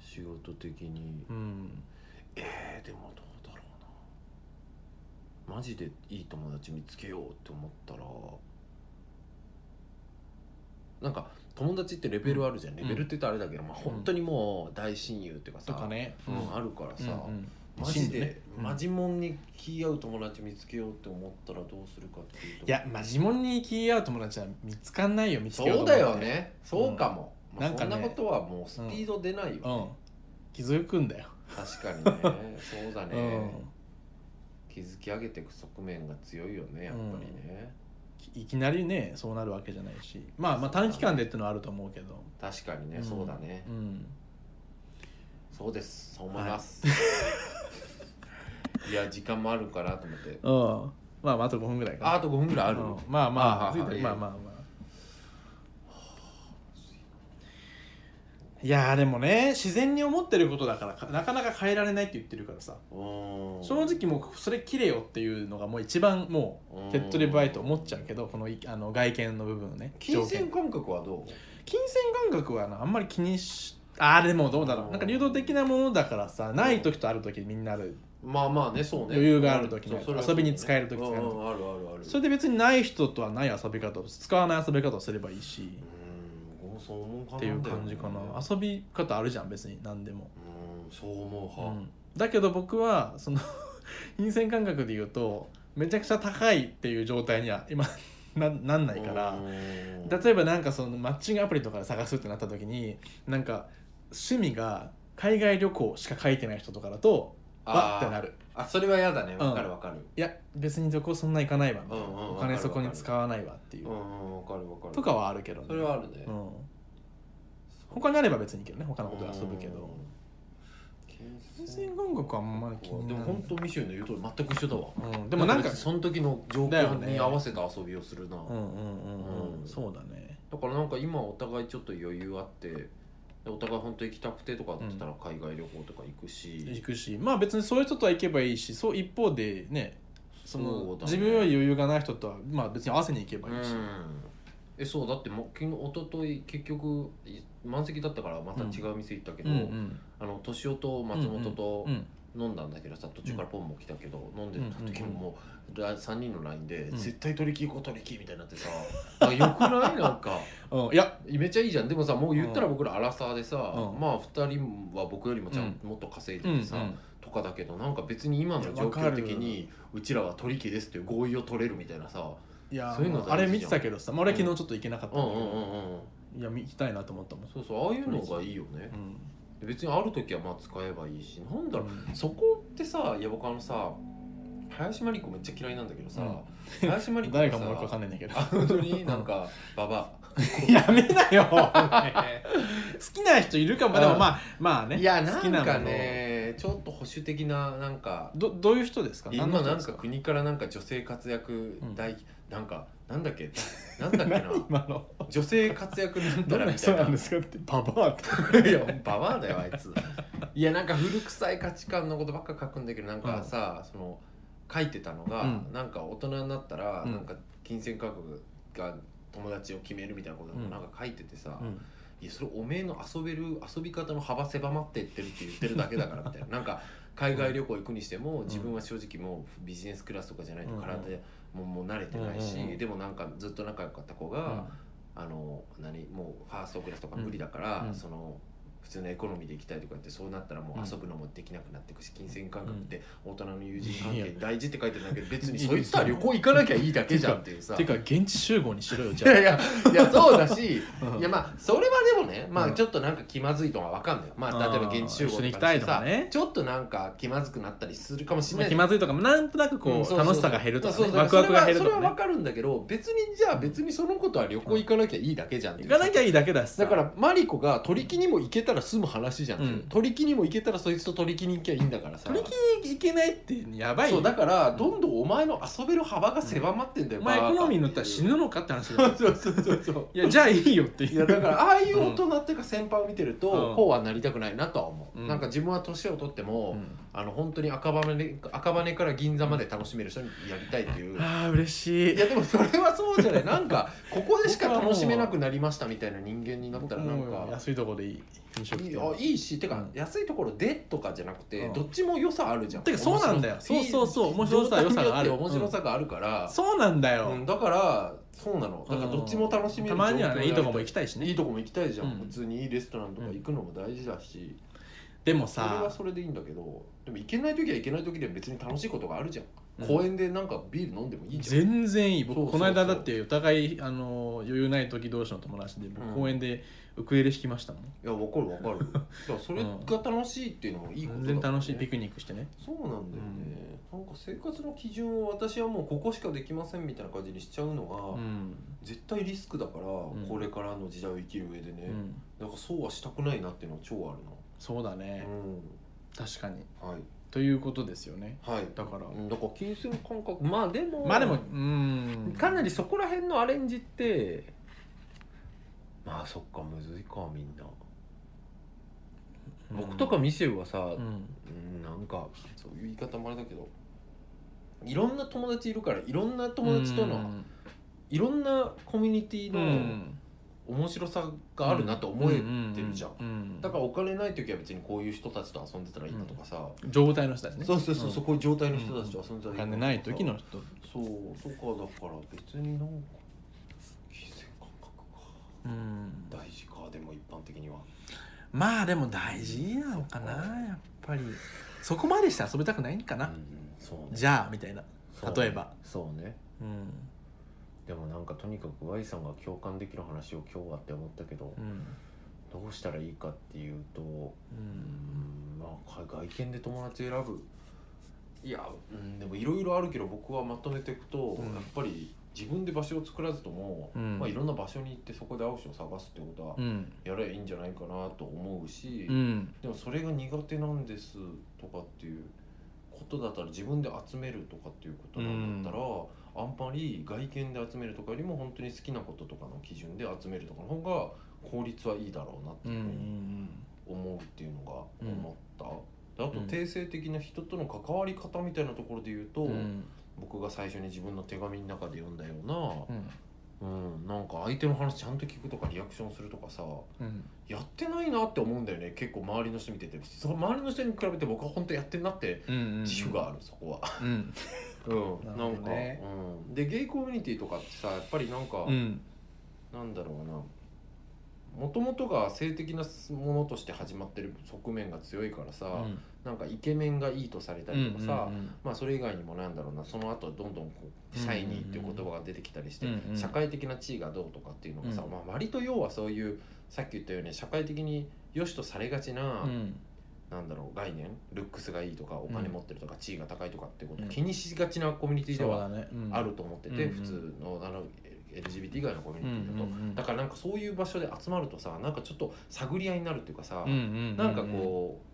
Speaker 2: 仕事的に
Speaker 1: うん
Speaker 2: えー、でもどうだろうなマジでいい友達見つけようって思ったらなんか友達ってレベルあるじゃん、
Speaker 1: ん
Speaker 2: レベルって言ったらあれだけど、まあ、本当にもう大親友っていうかさ、
Speaker 1: とかね
Speaker 2: うんあ
Speaker 1: る
Speaker 2: るからさ、
Speaker 1: うん
Speaker 2: マジで、
Speaker 1: うん
Speaker 2: マジモンに気合う友達見つけようって思ったらどうするかっていうと
Speaker 1: いやマジモンに気合う友達は見つかんないよ見つけようと
Speaker 2: そうだ
Speaker 1: 思って
Speaker 2: よねそうかも、
Speaker 1: うん
Speaker 2: まあ
Speaker 1: なんかね
Speaker 2: そんなことはもうスピード出ないよ、
Speaker 1: うん気づくんだよ、
Speaker 2: 確かにねそうだ
Speaker 1: う
Speaker 2: ね
Speaker 1: ん、
Speaker 2: 築き上げていく側面が強いよねやっぱりね、
Speaker 1: きいきなりねそうなるわけじゃないしまあまあ短期間でってのはあると思うけど
Speaker 2: 確かにね、
Speaker 1: ん
Speaker 2: そうだね、
Speaker 1: うん
Speaker 2: そうですそう思います、 い、や時間もあるからと思って
Speaker 1: うんまあまああと5分ぐらいかな
Speaker 2: ああと5分ぐらいある、
Speaker 1: うんまあまあ
Speaker 2: あーはいはい
Speaker 1: まあまあまあいやーでもね自然に思ってることだからかなかなか変えられないって言ってるからさ
Speaker 2: うん
Speaker 1: 正直もうそれ切れよっていうのがもう一番もう手っ取り早いと思っちゃうけどこのいあの外見の部分をね
Speaker 2: 金銭
Speaker 1: 条件
Speaker 2: 感覚はどう
Speaker 1: 金銭感覚はなあんまり気にしあーでもどうだろうなんか流動的なものだからさない時とある時みんなある
Speaker 2: まあまあねそうね
Speaker 1: 余裕がある時
Speaker 2: そ
Speaker 1: ね
Speaker 2: うそれはそう
Speaker 1: 遊びに使える時使える時
Speaker 2: うんうんあるあるある
Speaker 1: それで別にない人とはない遊び方を使わない遊び方をすればいいし
Speaker 2: うん俺もそう思うか
Speaker 1: っていう感じかな遊び方あるじゃん別に何でも、
Speaker 2: うんそう思う
Speaker 1: う
Speaker 2: 派
Speaker 1: ん、だけど僕はその 金銭感覚で言うとめちゃくちゃ高いっていう状態には今ななんないから
Speaker 2: うん
Speaker 1: 例えばなんかそのマッチングアプリとかで探すってなった時になんか趣味が海外旅行しか書いてない人とかだとわ
Speaker 2: あ
Speaker 1: ってなる
Speaker 2: あそれは嫌だね
Speaker 1: うん
Speaker 2: わかるわかる
Speaker 1: いや別に旅行そんな行かないわみたいな
Speaker 2: うんうん
Speaker 1: お
Speaker 2: わかる
Speaker 1: 金そこに使わないわっていううん
Speaker 2: うんわかるわかる
Speaker 1: とかはあるけどね
Speaker 2: それはあるね
Speaker 1: うん他にあれば別にいいけどね他のことで遊ぶけ
Speaker 2: うん
Speaker 1: ど
Speaker 2: 金
Speaker 1: 金
Speaker 2: 銭
Speaker 1: 銭感覚はあんまり
Speaker 2: 感
Speaker 1: 気
Speaker 2: 覚は
Speaker 1: に
Speaker 2: で
Speaker 1: な
Speaker 2: も
Speaker 1: らない
Speaker 2: 本当ミシューの言う通り全く一緒だわ
Speaker 1: うん、でもなんか
Speaker 2: 別にその時の状
Speaker 1: だよ
Speaker 2: 況
Speaker 1: ね
Speaker 2: に合わせた遊びをするな
Speaker 1: うんうんうん、う
Speaker 2: うん
Speaker 1: ん、そうだね
Speaker 2: だからなんか今お互いちょっと余裕あってでお互い本当行きたくてとかだったら海外旅行とか行くし、
Speaker 1: 行くしまあ別にそういう人とは行けばいいしそう一方でねそ
Speaker 2: そ
Speaker 1: の
Speaker 2: うだね
Speaker 1: 自分より余裕がない人とは、まあ、別に合わせに行けば
Speaker 2: う
Speaker 1: いいし、
Speaker 2: んえそうだってもう昨日一昨日結局い満席だったからまた違う店行ったけ
Speaker 1: う
Speaker 2: ど、
Speaker 1: んうん
Speaker 2: あの敏夫と松本と
Speaker 1: うん
Speaker 2: 飲んだんだけどさ途中からポンも来たけど、飲んでた時ももうら3人の LINE で「
Speaker 1: うん
Speaker 2: 絶対取り引き行こう取り引き」みたいにな ってさあよくないなんか
Speaker 1: うん、いや
Speaker 2: めっちゃいいじゃんでもさもう言ったら僕らアラサーでさ、
Speaker 1: うん
Speaker 2: まあ2人は僕よりもちゃん、もっと稼いでてさ、とかだけどなんか別に今の状況的にうちらは取引ですっていう合意を取れるみたいなさ
Speaker 1: いや
Speaker 2: そういうの大事じゃん
Speaker 1: あれ見てたけどさ、まあ、俺昨日ちょっと行けなかった
Speaker 2: うん
Speaker 1: ん
Speaker 2: う
Speaker 1: だ
Speaker 2: んう
Speaker 1: けど、
Speaker 2: んうん
Speaker 1: いや行きたいなと思ったもん、
Speaker 2: そうそうああいうのがいいよね
Speaker 1: うん
Speaker 2: 別にある時はまあ使えばいいしなんだろう
Speaker 1: う
Speaker 2: そこってさいや僕あのさ林真理子めっちゃ嫌いなんだけどさ、林真理
Speaker 1: ん、
Speaker 2: 子が
Speaker 1: 誰
Speaker 2: さ
Speaker 1: かもよくわかんないんだけど
Speaker 2: あ本当になんかババ
Speaker 1: やめな よ好
Speaker 2: ア
Speaker 1: きな人いるかもでもまあま あね
Speaker 2: いやな
Speaker 1: 好き
Speaker 2: んか
Speaker 1: もの
Speaker 2: ねちょっと保守的ななんか
Speaker 1: どどういう人ですか
Speaker 2: 今
Speaker 1: 何の人
Speaker 2: な
Speaker 1: で
Speaker 2: ん
Speaker 1: す
Speaker 2: か国からなんか女性活躍大、なんかなんだっけなんだっけな
Speaker 1: 何今の
Speaker 2: 女性活躍なんた
Speaker 1: どん
Speaker 2: ら
Speaker 1: な
Speaker 2: みた
Speaker 1: 人
Speaker 2: い
Speaker 1: なん
Speaker 2: な
Speaker 1: ですかってババアって
Speaker 2: いやババアだよあいついやなんか古臭い価値観のことばっか書くんだけどなんかさ、その書いてたのが、
Speaker 1: うん
Speaker 2: なんか大人になったら、
Speaker 1: うん
Speaker 2: なんか金銭価格が友達を決めるみたいなこと
Speaker 1: うん
Speaker 2: なんか書いててさ、
Speaker 1: うん
Speaker 2: いやそれおめえの遊べる遊び方の幅狭まってってるって言ってるだけだからみ たいななんか海外旅行行くにしても、
Speaker 1: ん
Speaker 2: 自分は正直もうビジネスクラスとかじゃないと体でもうもう慣れてないし、
Speaker 1: うんうんうん
Speaker 2: でもなんかずっと仲良かった子が、あの何もうファーストクラスとか無理だから、
Speaker 1: うんうん
Speaker 2: その普通のエコノミーで行きたいとかってそうなったらもう遊ぶのもできなくなってくし金銭感覚って大人の友人関係大事って書いてるんだけど別にそいつとは旅行行かなきゃいいだけじゃんっていうさ。
Speaker 1: ていうか現地集合にしろよ
Speaker 2: い
Speaker 1: じゃ
Speaker 2: やいやいやそうだ し
Speaker 1: あ、
Speaker 2: いやまあそれはでもねま
Speaker 1: う
Speaker 2: あ
Speaker 1: ん
Speaker 2: ちょっとなんか気まずいのはわかんないよまあ例えば現地集合
Speaker 1: あー一緒に行
Speaker 2: か
Speaker 1: きた
Speaker 2: して
Speaker 1: いと
Speaker 2: さ
Speaker 1: かね
Speaker 2: ちょっとなんか気まずくなったりするかもしれ
Speaker 1: ま
Speaker 2: な
Speaker 1: あ
Speaker 2: い
Speaker 1: 気まずいとかもなんとな
Speaker 2: う
Speaker 1: く
Speaker 2: ん
Speaker 1: こ
Speaker 2: そううそう
Speaker 1: 楽しさが減ると
Speaker 2: そう
Speaker 1: か
Speaker 2: そ
Speaker 1: ね
Speaker 2: うだか
Speaker 1: ワク
Speaker 2: ら
Speaker 1: ワクが減る
Speaker 2: そ
Speaker 1: と
Speaker 2: れはそれは
Speaker 1: かね
Speaker 2: わかるんだけど別にじゃあ別にそのことは旅行行かなきゃいいだけじゃんってい
Speaker 1: 行
Speaker 2: う
Speaker 1: かなきゃいいだけだしさ
Speaker 2: だからマリコが取り木にも行けたら済む話じゃん、
Speaker 1: うん
Speaker 2: 取り木にも行けたらそいつと取り木に行きゃいいんだからさ
Speaker 1: 取り木に行けないってやばい
Speaker 2: そ
Speaker 1: よ
Speaker 2: うだからどんどんお前の遊べる幅が狭まってんだよ、
Speaker 1: お前エ
Speaker 2: バーカ
Speaker 1: コノミーに乗ったら死ぬのかって話だよ
Speaker 2: そうそうそうそう
Speaker 1: いやじゃあいいよって
Speaker 2: い
Speaker 1: い
Speaker 2: や
Speaker 1: う
Speaker 2: だからああいう大人っていうか先輩を見てると、
Speaker 1: うん
Speaker 2: こうはなりたくないなとは思う、
Speaker 1: うん
Speaker 2: なんか自分は年を取っても、
Speaker 1: うん
Speaker 2: あの本当に赤羽で赤羽から銀座まで楽しめる人にやりたいっていう、い
Speaker 1: ああ嬉しい
Speaker 2: やでもそれはそうじゃないなんかここでしか楽しめなくなりましたみたいな人間になったらなん
Speaker 1: もう
Speaker 2: か。
Speaker 1: 安いとこでいい飲食
Speaker 2: いい
Speaker 1: 店
Speaker 2: あいいしてか、
Speaker 1: うん
Speaker 2: 安いところでとかじゃなくて、
Speaker 1: うん
Speaker 2: どっちも良さあるじゃん
Speaker 1: てかそうなんだよ
Speaker 2: 面白さ
Speaker 1: そうそうそう面白さ
Speaker 2: いい
Speaker 1: 良さがあ
Speaker 2: 状態に
Speaker 1: る
Speaker 2: よって面白さがあるから、
Speaker 1: そうなんだよ、
Speaker 2: うんだからそうなのだからどっちも楽しめる
Speaker 1: たまにはねいいとこも行
Speaker 2: き
Speaker 1: きたいしね
Speaker 2: いいとこも行きたいじゃん、
Speaker 1: うん
Speaker 2: 普通にいいレストランとか行くのも大事だし、
Speaker 1: でも
Speaker 2: それは
Speaker 1: さ
Speaker 2: それでいいんだけどでも行けない時は行けない時で別に楽しいことがあるじゃん、
Speaker 1: うん
Speaker 2: 公園でなんかビール飲んでもいいじゃん
Speaker 1: 全然いい僕
Speaker 2: そうそうそう
Speaker 1: この間だってお互いあの余裕ない時同士の友達で僕
Speaker 2: うん
Speaker 1: 公園でウクレレ弾きましたもん、
Speaker 2: いやわかるわかるだからそれ が楽しいっていうのもいいことだ、ね、
Speaker 1: 全然楽しいピクニックしてね
Speaker 2: そうなんだよね、なんか生活の基準を私はもうここしかできませんみたいな感じにしちゃうの
Speaker 1: う
Speaker 2: が、
Speaker 1: ん、
Speaker 2: 絶対リスクだから、
Speaker 1: ん
Speaker 2: これからの時代を生きる上で
Speaker 1: う
Speaker 2: ね、
Speaker 1: ん、
Speaker 2: なんかそうはしたくないなっていうのは超ある
Speaker 1: そうだね
Speaker 2: な、、
Speaker 1: 確かに
Speaker 2: うんはい
Speaker 1: ということですよね
Speaker 2: はい
Speaker 1: だから、
Speaker 2: うんだから金銭感覚まあでも
Speaker 1: まあでもうん
Speaker 2: かなりそこら辺のアレンジってまあそっかむずいかみんな、
Speaker 1: うん
Speaker 2: 僕とかミシェルはさ、
Speaker 1: う
Speaker 2: うん
Speaker 1: ん
Speaker 2: なんかそういう言い方もあれだけどいろんな友達いるからいろんな友達との、
Speaker 1: うん
Speaker 2: いろんなコミュニティ
Speaker 1: う
Speaker 2: の
Speaker 1: ん
Speaker 2: 面白さがあるなと思えてるじゃん、
Speaker 1: ううう
Speaker 2: だからお金ない時は別にこういう人たちと遊んでたらいいなとかさ、
Speaker 1: 状態の人たちね
Speaker 2: そうそうそう、
Speaker 1: ん
Speaker 2: そこういう状態の人たちと遊んでた
Speaker 1: お
Speaker 2: らいいとか
Speaker 1: 金
Speaker 2: さ
Speaker 1: ない時の人
Speaker 2: そうとかだから別になんか金銭感覚か
Speaker 1: うん
Speaker 2: 大事かでも一般的には
Speaker 1: まあでも大事なのかなやっぱりそこまでして遊びたくないんか
Speaker 2: う
Speaker 1: な、
Speaker 2: んそうね
Speaker 1: じゃあみたいな
Speaker 2: そう
Speaker 1: 例えば
Speaker 2: そうね
Speaker 1: うん、
Speaker 2: でもなんかとにかく Y さんが共感できる話を今日はって思ったけど、
Speaker 1: うん
Speaker 2: どうしたらいいかっていうと
Speaker 1: う、
Speaker 2: うんんまあか外見で友達選ぶいや、うん、でもいろいろあるけど僕はまとめていくと、
Speaker 1: うん
Speaker 2: やっぱり自分で場所を作らずとも、
Speaker 1: うん
Speaker 2: まあ、いろんな場所に行ってそこで会う人を探すってことは
Speaker 1: うん
Speaker 2: やればいいんじゃないかなと思うし、
Speaker 1: うん
Speaker 2: でもそれが苦手なんですとかっていうことだったら自分で集めるとかっていうことなんだったら、あんまり外見で集めるとかよりも本当に好きなこととかの基準で集めるとかの方が効率はいいだろうなって
Speaker 1: うんう
Speaker 2: いうふうに
Speaker 1: ん
Speaker 2: 思うっていうのが
Speaker 1: うん
Speaker 2: 思った。であと
Speaker 1: うん
Speaker 2: 定性的な人との関わり方みたいなところで言うと、
Speaker 1: うんうん
Speaker 2: 僕が最初に自分の手紙の中で読んだような、うん、なんか相手の話ちゃんと聞くとかリアクションするとかさ、
Speaker 1: うん
Speaker 2: やってないなって思うんだよね結構周りの人見ててその周りの人に比べて僕は本当やってんなって
Speaker 1: うん
Speaker 2: 自負があるそこは
Speaker 1: うん
Speaker 2: うん
Speaker 1: なる
Speaker 2: な
Speaker 1: ほ
Speaker 2: ん
Speaker 1: ど
Speaker 2: か、
Speaker 1: ね
Speaker 2: うん、でゲイコミュニティとかってさやっぱりなんか、
Speaker 1: うん
Speaker 2: なんだろうなもともとが性的なものとして始まってる側面が強いからさ、
Speaker 1: うん
Speaker 2: なんかイケメンがいいとされたりとかさ、
Speaker 1: うん
Speaker 2: まあそれ以外にもなんだろうなその後どんどんこうシャイニーっていう言葉が出てきたりして、
Speaker 1: うんうんうん
Speaker 2: 社会的な地位がどうとかっていうのがさ、
Speaker 1: うん
Speaker 2: まあ、割と要はそういうさっき言ったように社会的に良しとされがちな、
Speaker 1: うん
Speaker 2: なんだろう概念ルックスがいいとかお金持ってるとか地位が高いとかってことを
Speaker 1: うん
Speaker 2: 気にしがちなコミュニティで
Speaker 1: そう
Speaker 2: は
Speaker 1: だねうん
Speaker 2: あると思ってて、
Speaker 1: うん
Speaker 2: 普通のあの LGBT 以外のコミュニティだ
Speaker 1: うんうんうん
Speaker 2: とだからなんかそういう場所で集まるとさなんかちょっと探り合いになるっていうかさ、
Speaker 1: うんうんうん
Speaker 2: なんかこう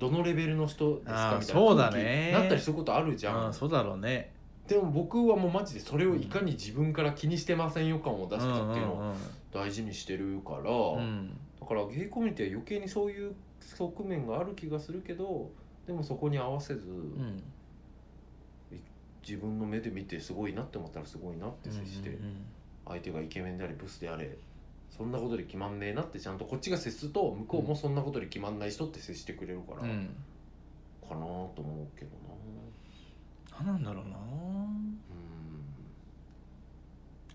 Speaker 2: どのレベルの人ですか
Speaker 1: あー
Speaker 2: みたいな
Speaker 1: そうだ
Speaker 2: 空気
Speaker 1: ね
Speaker 2: になったりすることあるじゃ
Speaker 1: うんんそうだろうね
Speaker 2: でも僕はもうマジでそれをいかに自分から気にしてませんよ感を出すかっていうの
Speaker 1: ん
Speaker 2: を
Speaker 1: ん
Speaker 2: 大事にしてるから、
Speaker 1: うんうん
Speaker 2: だからゲイコミュニティは余計にそういう側面がある気がするけどでもそこに合わせず、
Speaker 1: うん
Speaker 2: 自分の目で見てすごいなって思ったらすごいなって接して、
Speaker 1: うんうん
Speaker 2: 相手がイケメンであれブスであれそんなことで決まんねえなってちゃんとこっちが接すると向こうもそんなことで決まんない人って接してくれるから、
Speaker 1: うんう
Speaker 2: か
Speaker 1: ん
Speaker 2: なと思うけどな。
Speaker 1: 何なんだろうな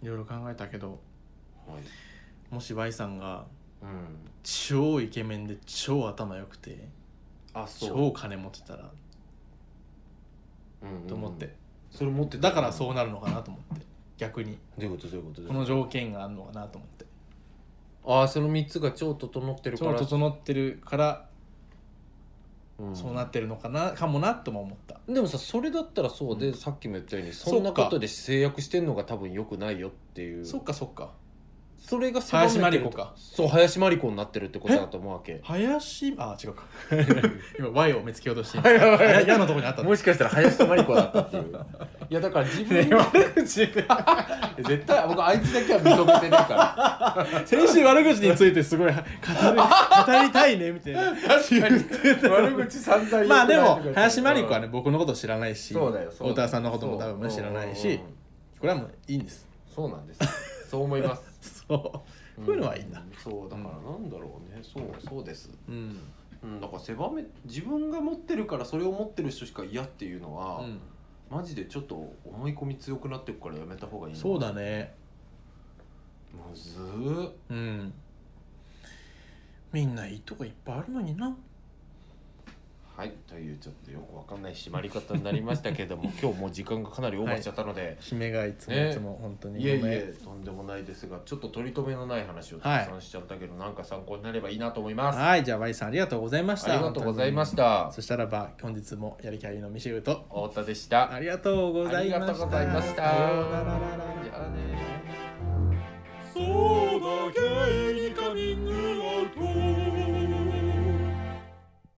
Speaker 2: うん
Speaker 1: いろいろ考えたけど
Speaker 2: はい
Speaker 1: もし Y さんが
Speaker 2: うん、
Speaker 1: 超イケメンで超頭良くて
Speaker 2: あそう
Speaker 1: 超金持ってたら
Speaker 2: うんうん
Speaker 1: と思って、
Speaker 2: それ持ってた
Speaker 1: だからそうなるのかなと思って逆に
Speaker 2: どういうことどういうことどういう
Speaker 1: こ
Speaker 2: こ
Speaker 1: の条件があるのかなと思って
Speaker 2: とああその3つが超整ってるか
Speaker 1: 超
Speaker 2: ら
Speaker 1: 整ってるから
Speaker 2: うん
Speaker 1: そうなってるのかなかもなとも思った
Speaker 2: でもさそれだったらそうで、
Speaker 1: うん
Speaker 2: さっきも言ったように
Speaker 1: そっか
Speaker 2: そんなことで制約してんのが多分良くないよっていう
Speaker 1: そっかそっか
Speaker 2: それが
Speaker 1: 林真理
Speaker 2: 狭め
Speaker 1: 子
Speaker 2: てる
Speaker 1: か
Speaker 2: そう林真理子になってるってことだと思うわけ
Speaker 1: 林あ違うか 今 Y を見つけよう として
Speaker 2: はいはいはい
Speaker 1: 今矢のとこにあったんだ
Speaker 2: もしかしたら林と真理子だったっていう いやだから自 分
Speaker 1: ね悪口
Speaker 2: 絶対僕あいつだけは認めてないか
Speaker 1: 先週悪口についてすごい語る 語りたいねみたいな
Speaker 2: ら 確かに悪口散々言って
Speaker 1: まあでも林真理子はね僕のこと知らないし
Speaker 2: そうだよそうだよ
Speaker 1: 太田さんのことも多分知らな
Speaker 2: そ
Speaker 1: い
Speaker 2: ううん
Speaker 1: し
Speaker 2: うんうん
Speaker 1: これはもういいんです
Speaker 2: そうなんですそう思い ます
Speaker 1: そうそういうのはいいんだ
Speaker 2: うそうだからなんだろうねそうそうです
Speaker 1: うん
Speaker 2: うん、だから狭め自分が持ってるからそれを持ってる人しか嫌っていうのは、
Speaker 1: うん
Speaker 2: マジでちょっと思い込み強くなってくからやめた方がいいな
Speaker 1: そうだね
Speaker 2: むずー
Speaker 1: うんみんないいとこいっぱいあるのにな
Speaker 2: はいというちょっとよくわかんない締まり方になりましたけど も今日もう時間がかなりオーバーしちゃったので、
Speaker 1: 姫がいつも
Speaker 2: ね
Speaker 1: いつも本当に
Speaker 2: い、えいえとんでもないですがちょっと取り留めのない話をたくさんしちゃったけど、なんか参考になればいいなと思います、
Speaker 1: はいじゃあ Y さんありがとうございました
Speaker 2: ありがとうございまし
Speaker 1: 本当
Speaker 2: た
Speaker 1: にそしたらば本日もやりきゃりのミシェルと
Speaker 2: 太田でした
Speaker 1: ありがとうござい
Speaker 2: あり
Speaker 1: ました
Speaker 2: がとうございました
Speaker 1: さようなら
Speaker 2: じゃあね
Speaker 1: そう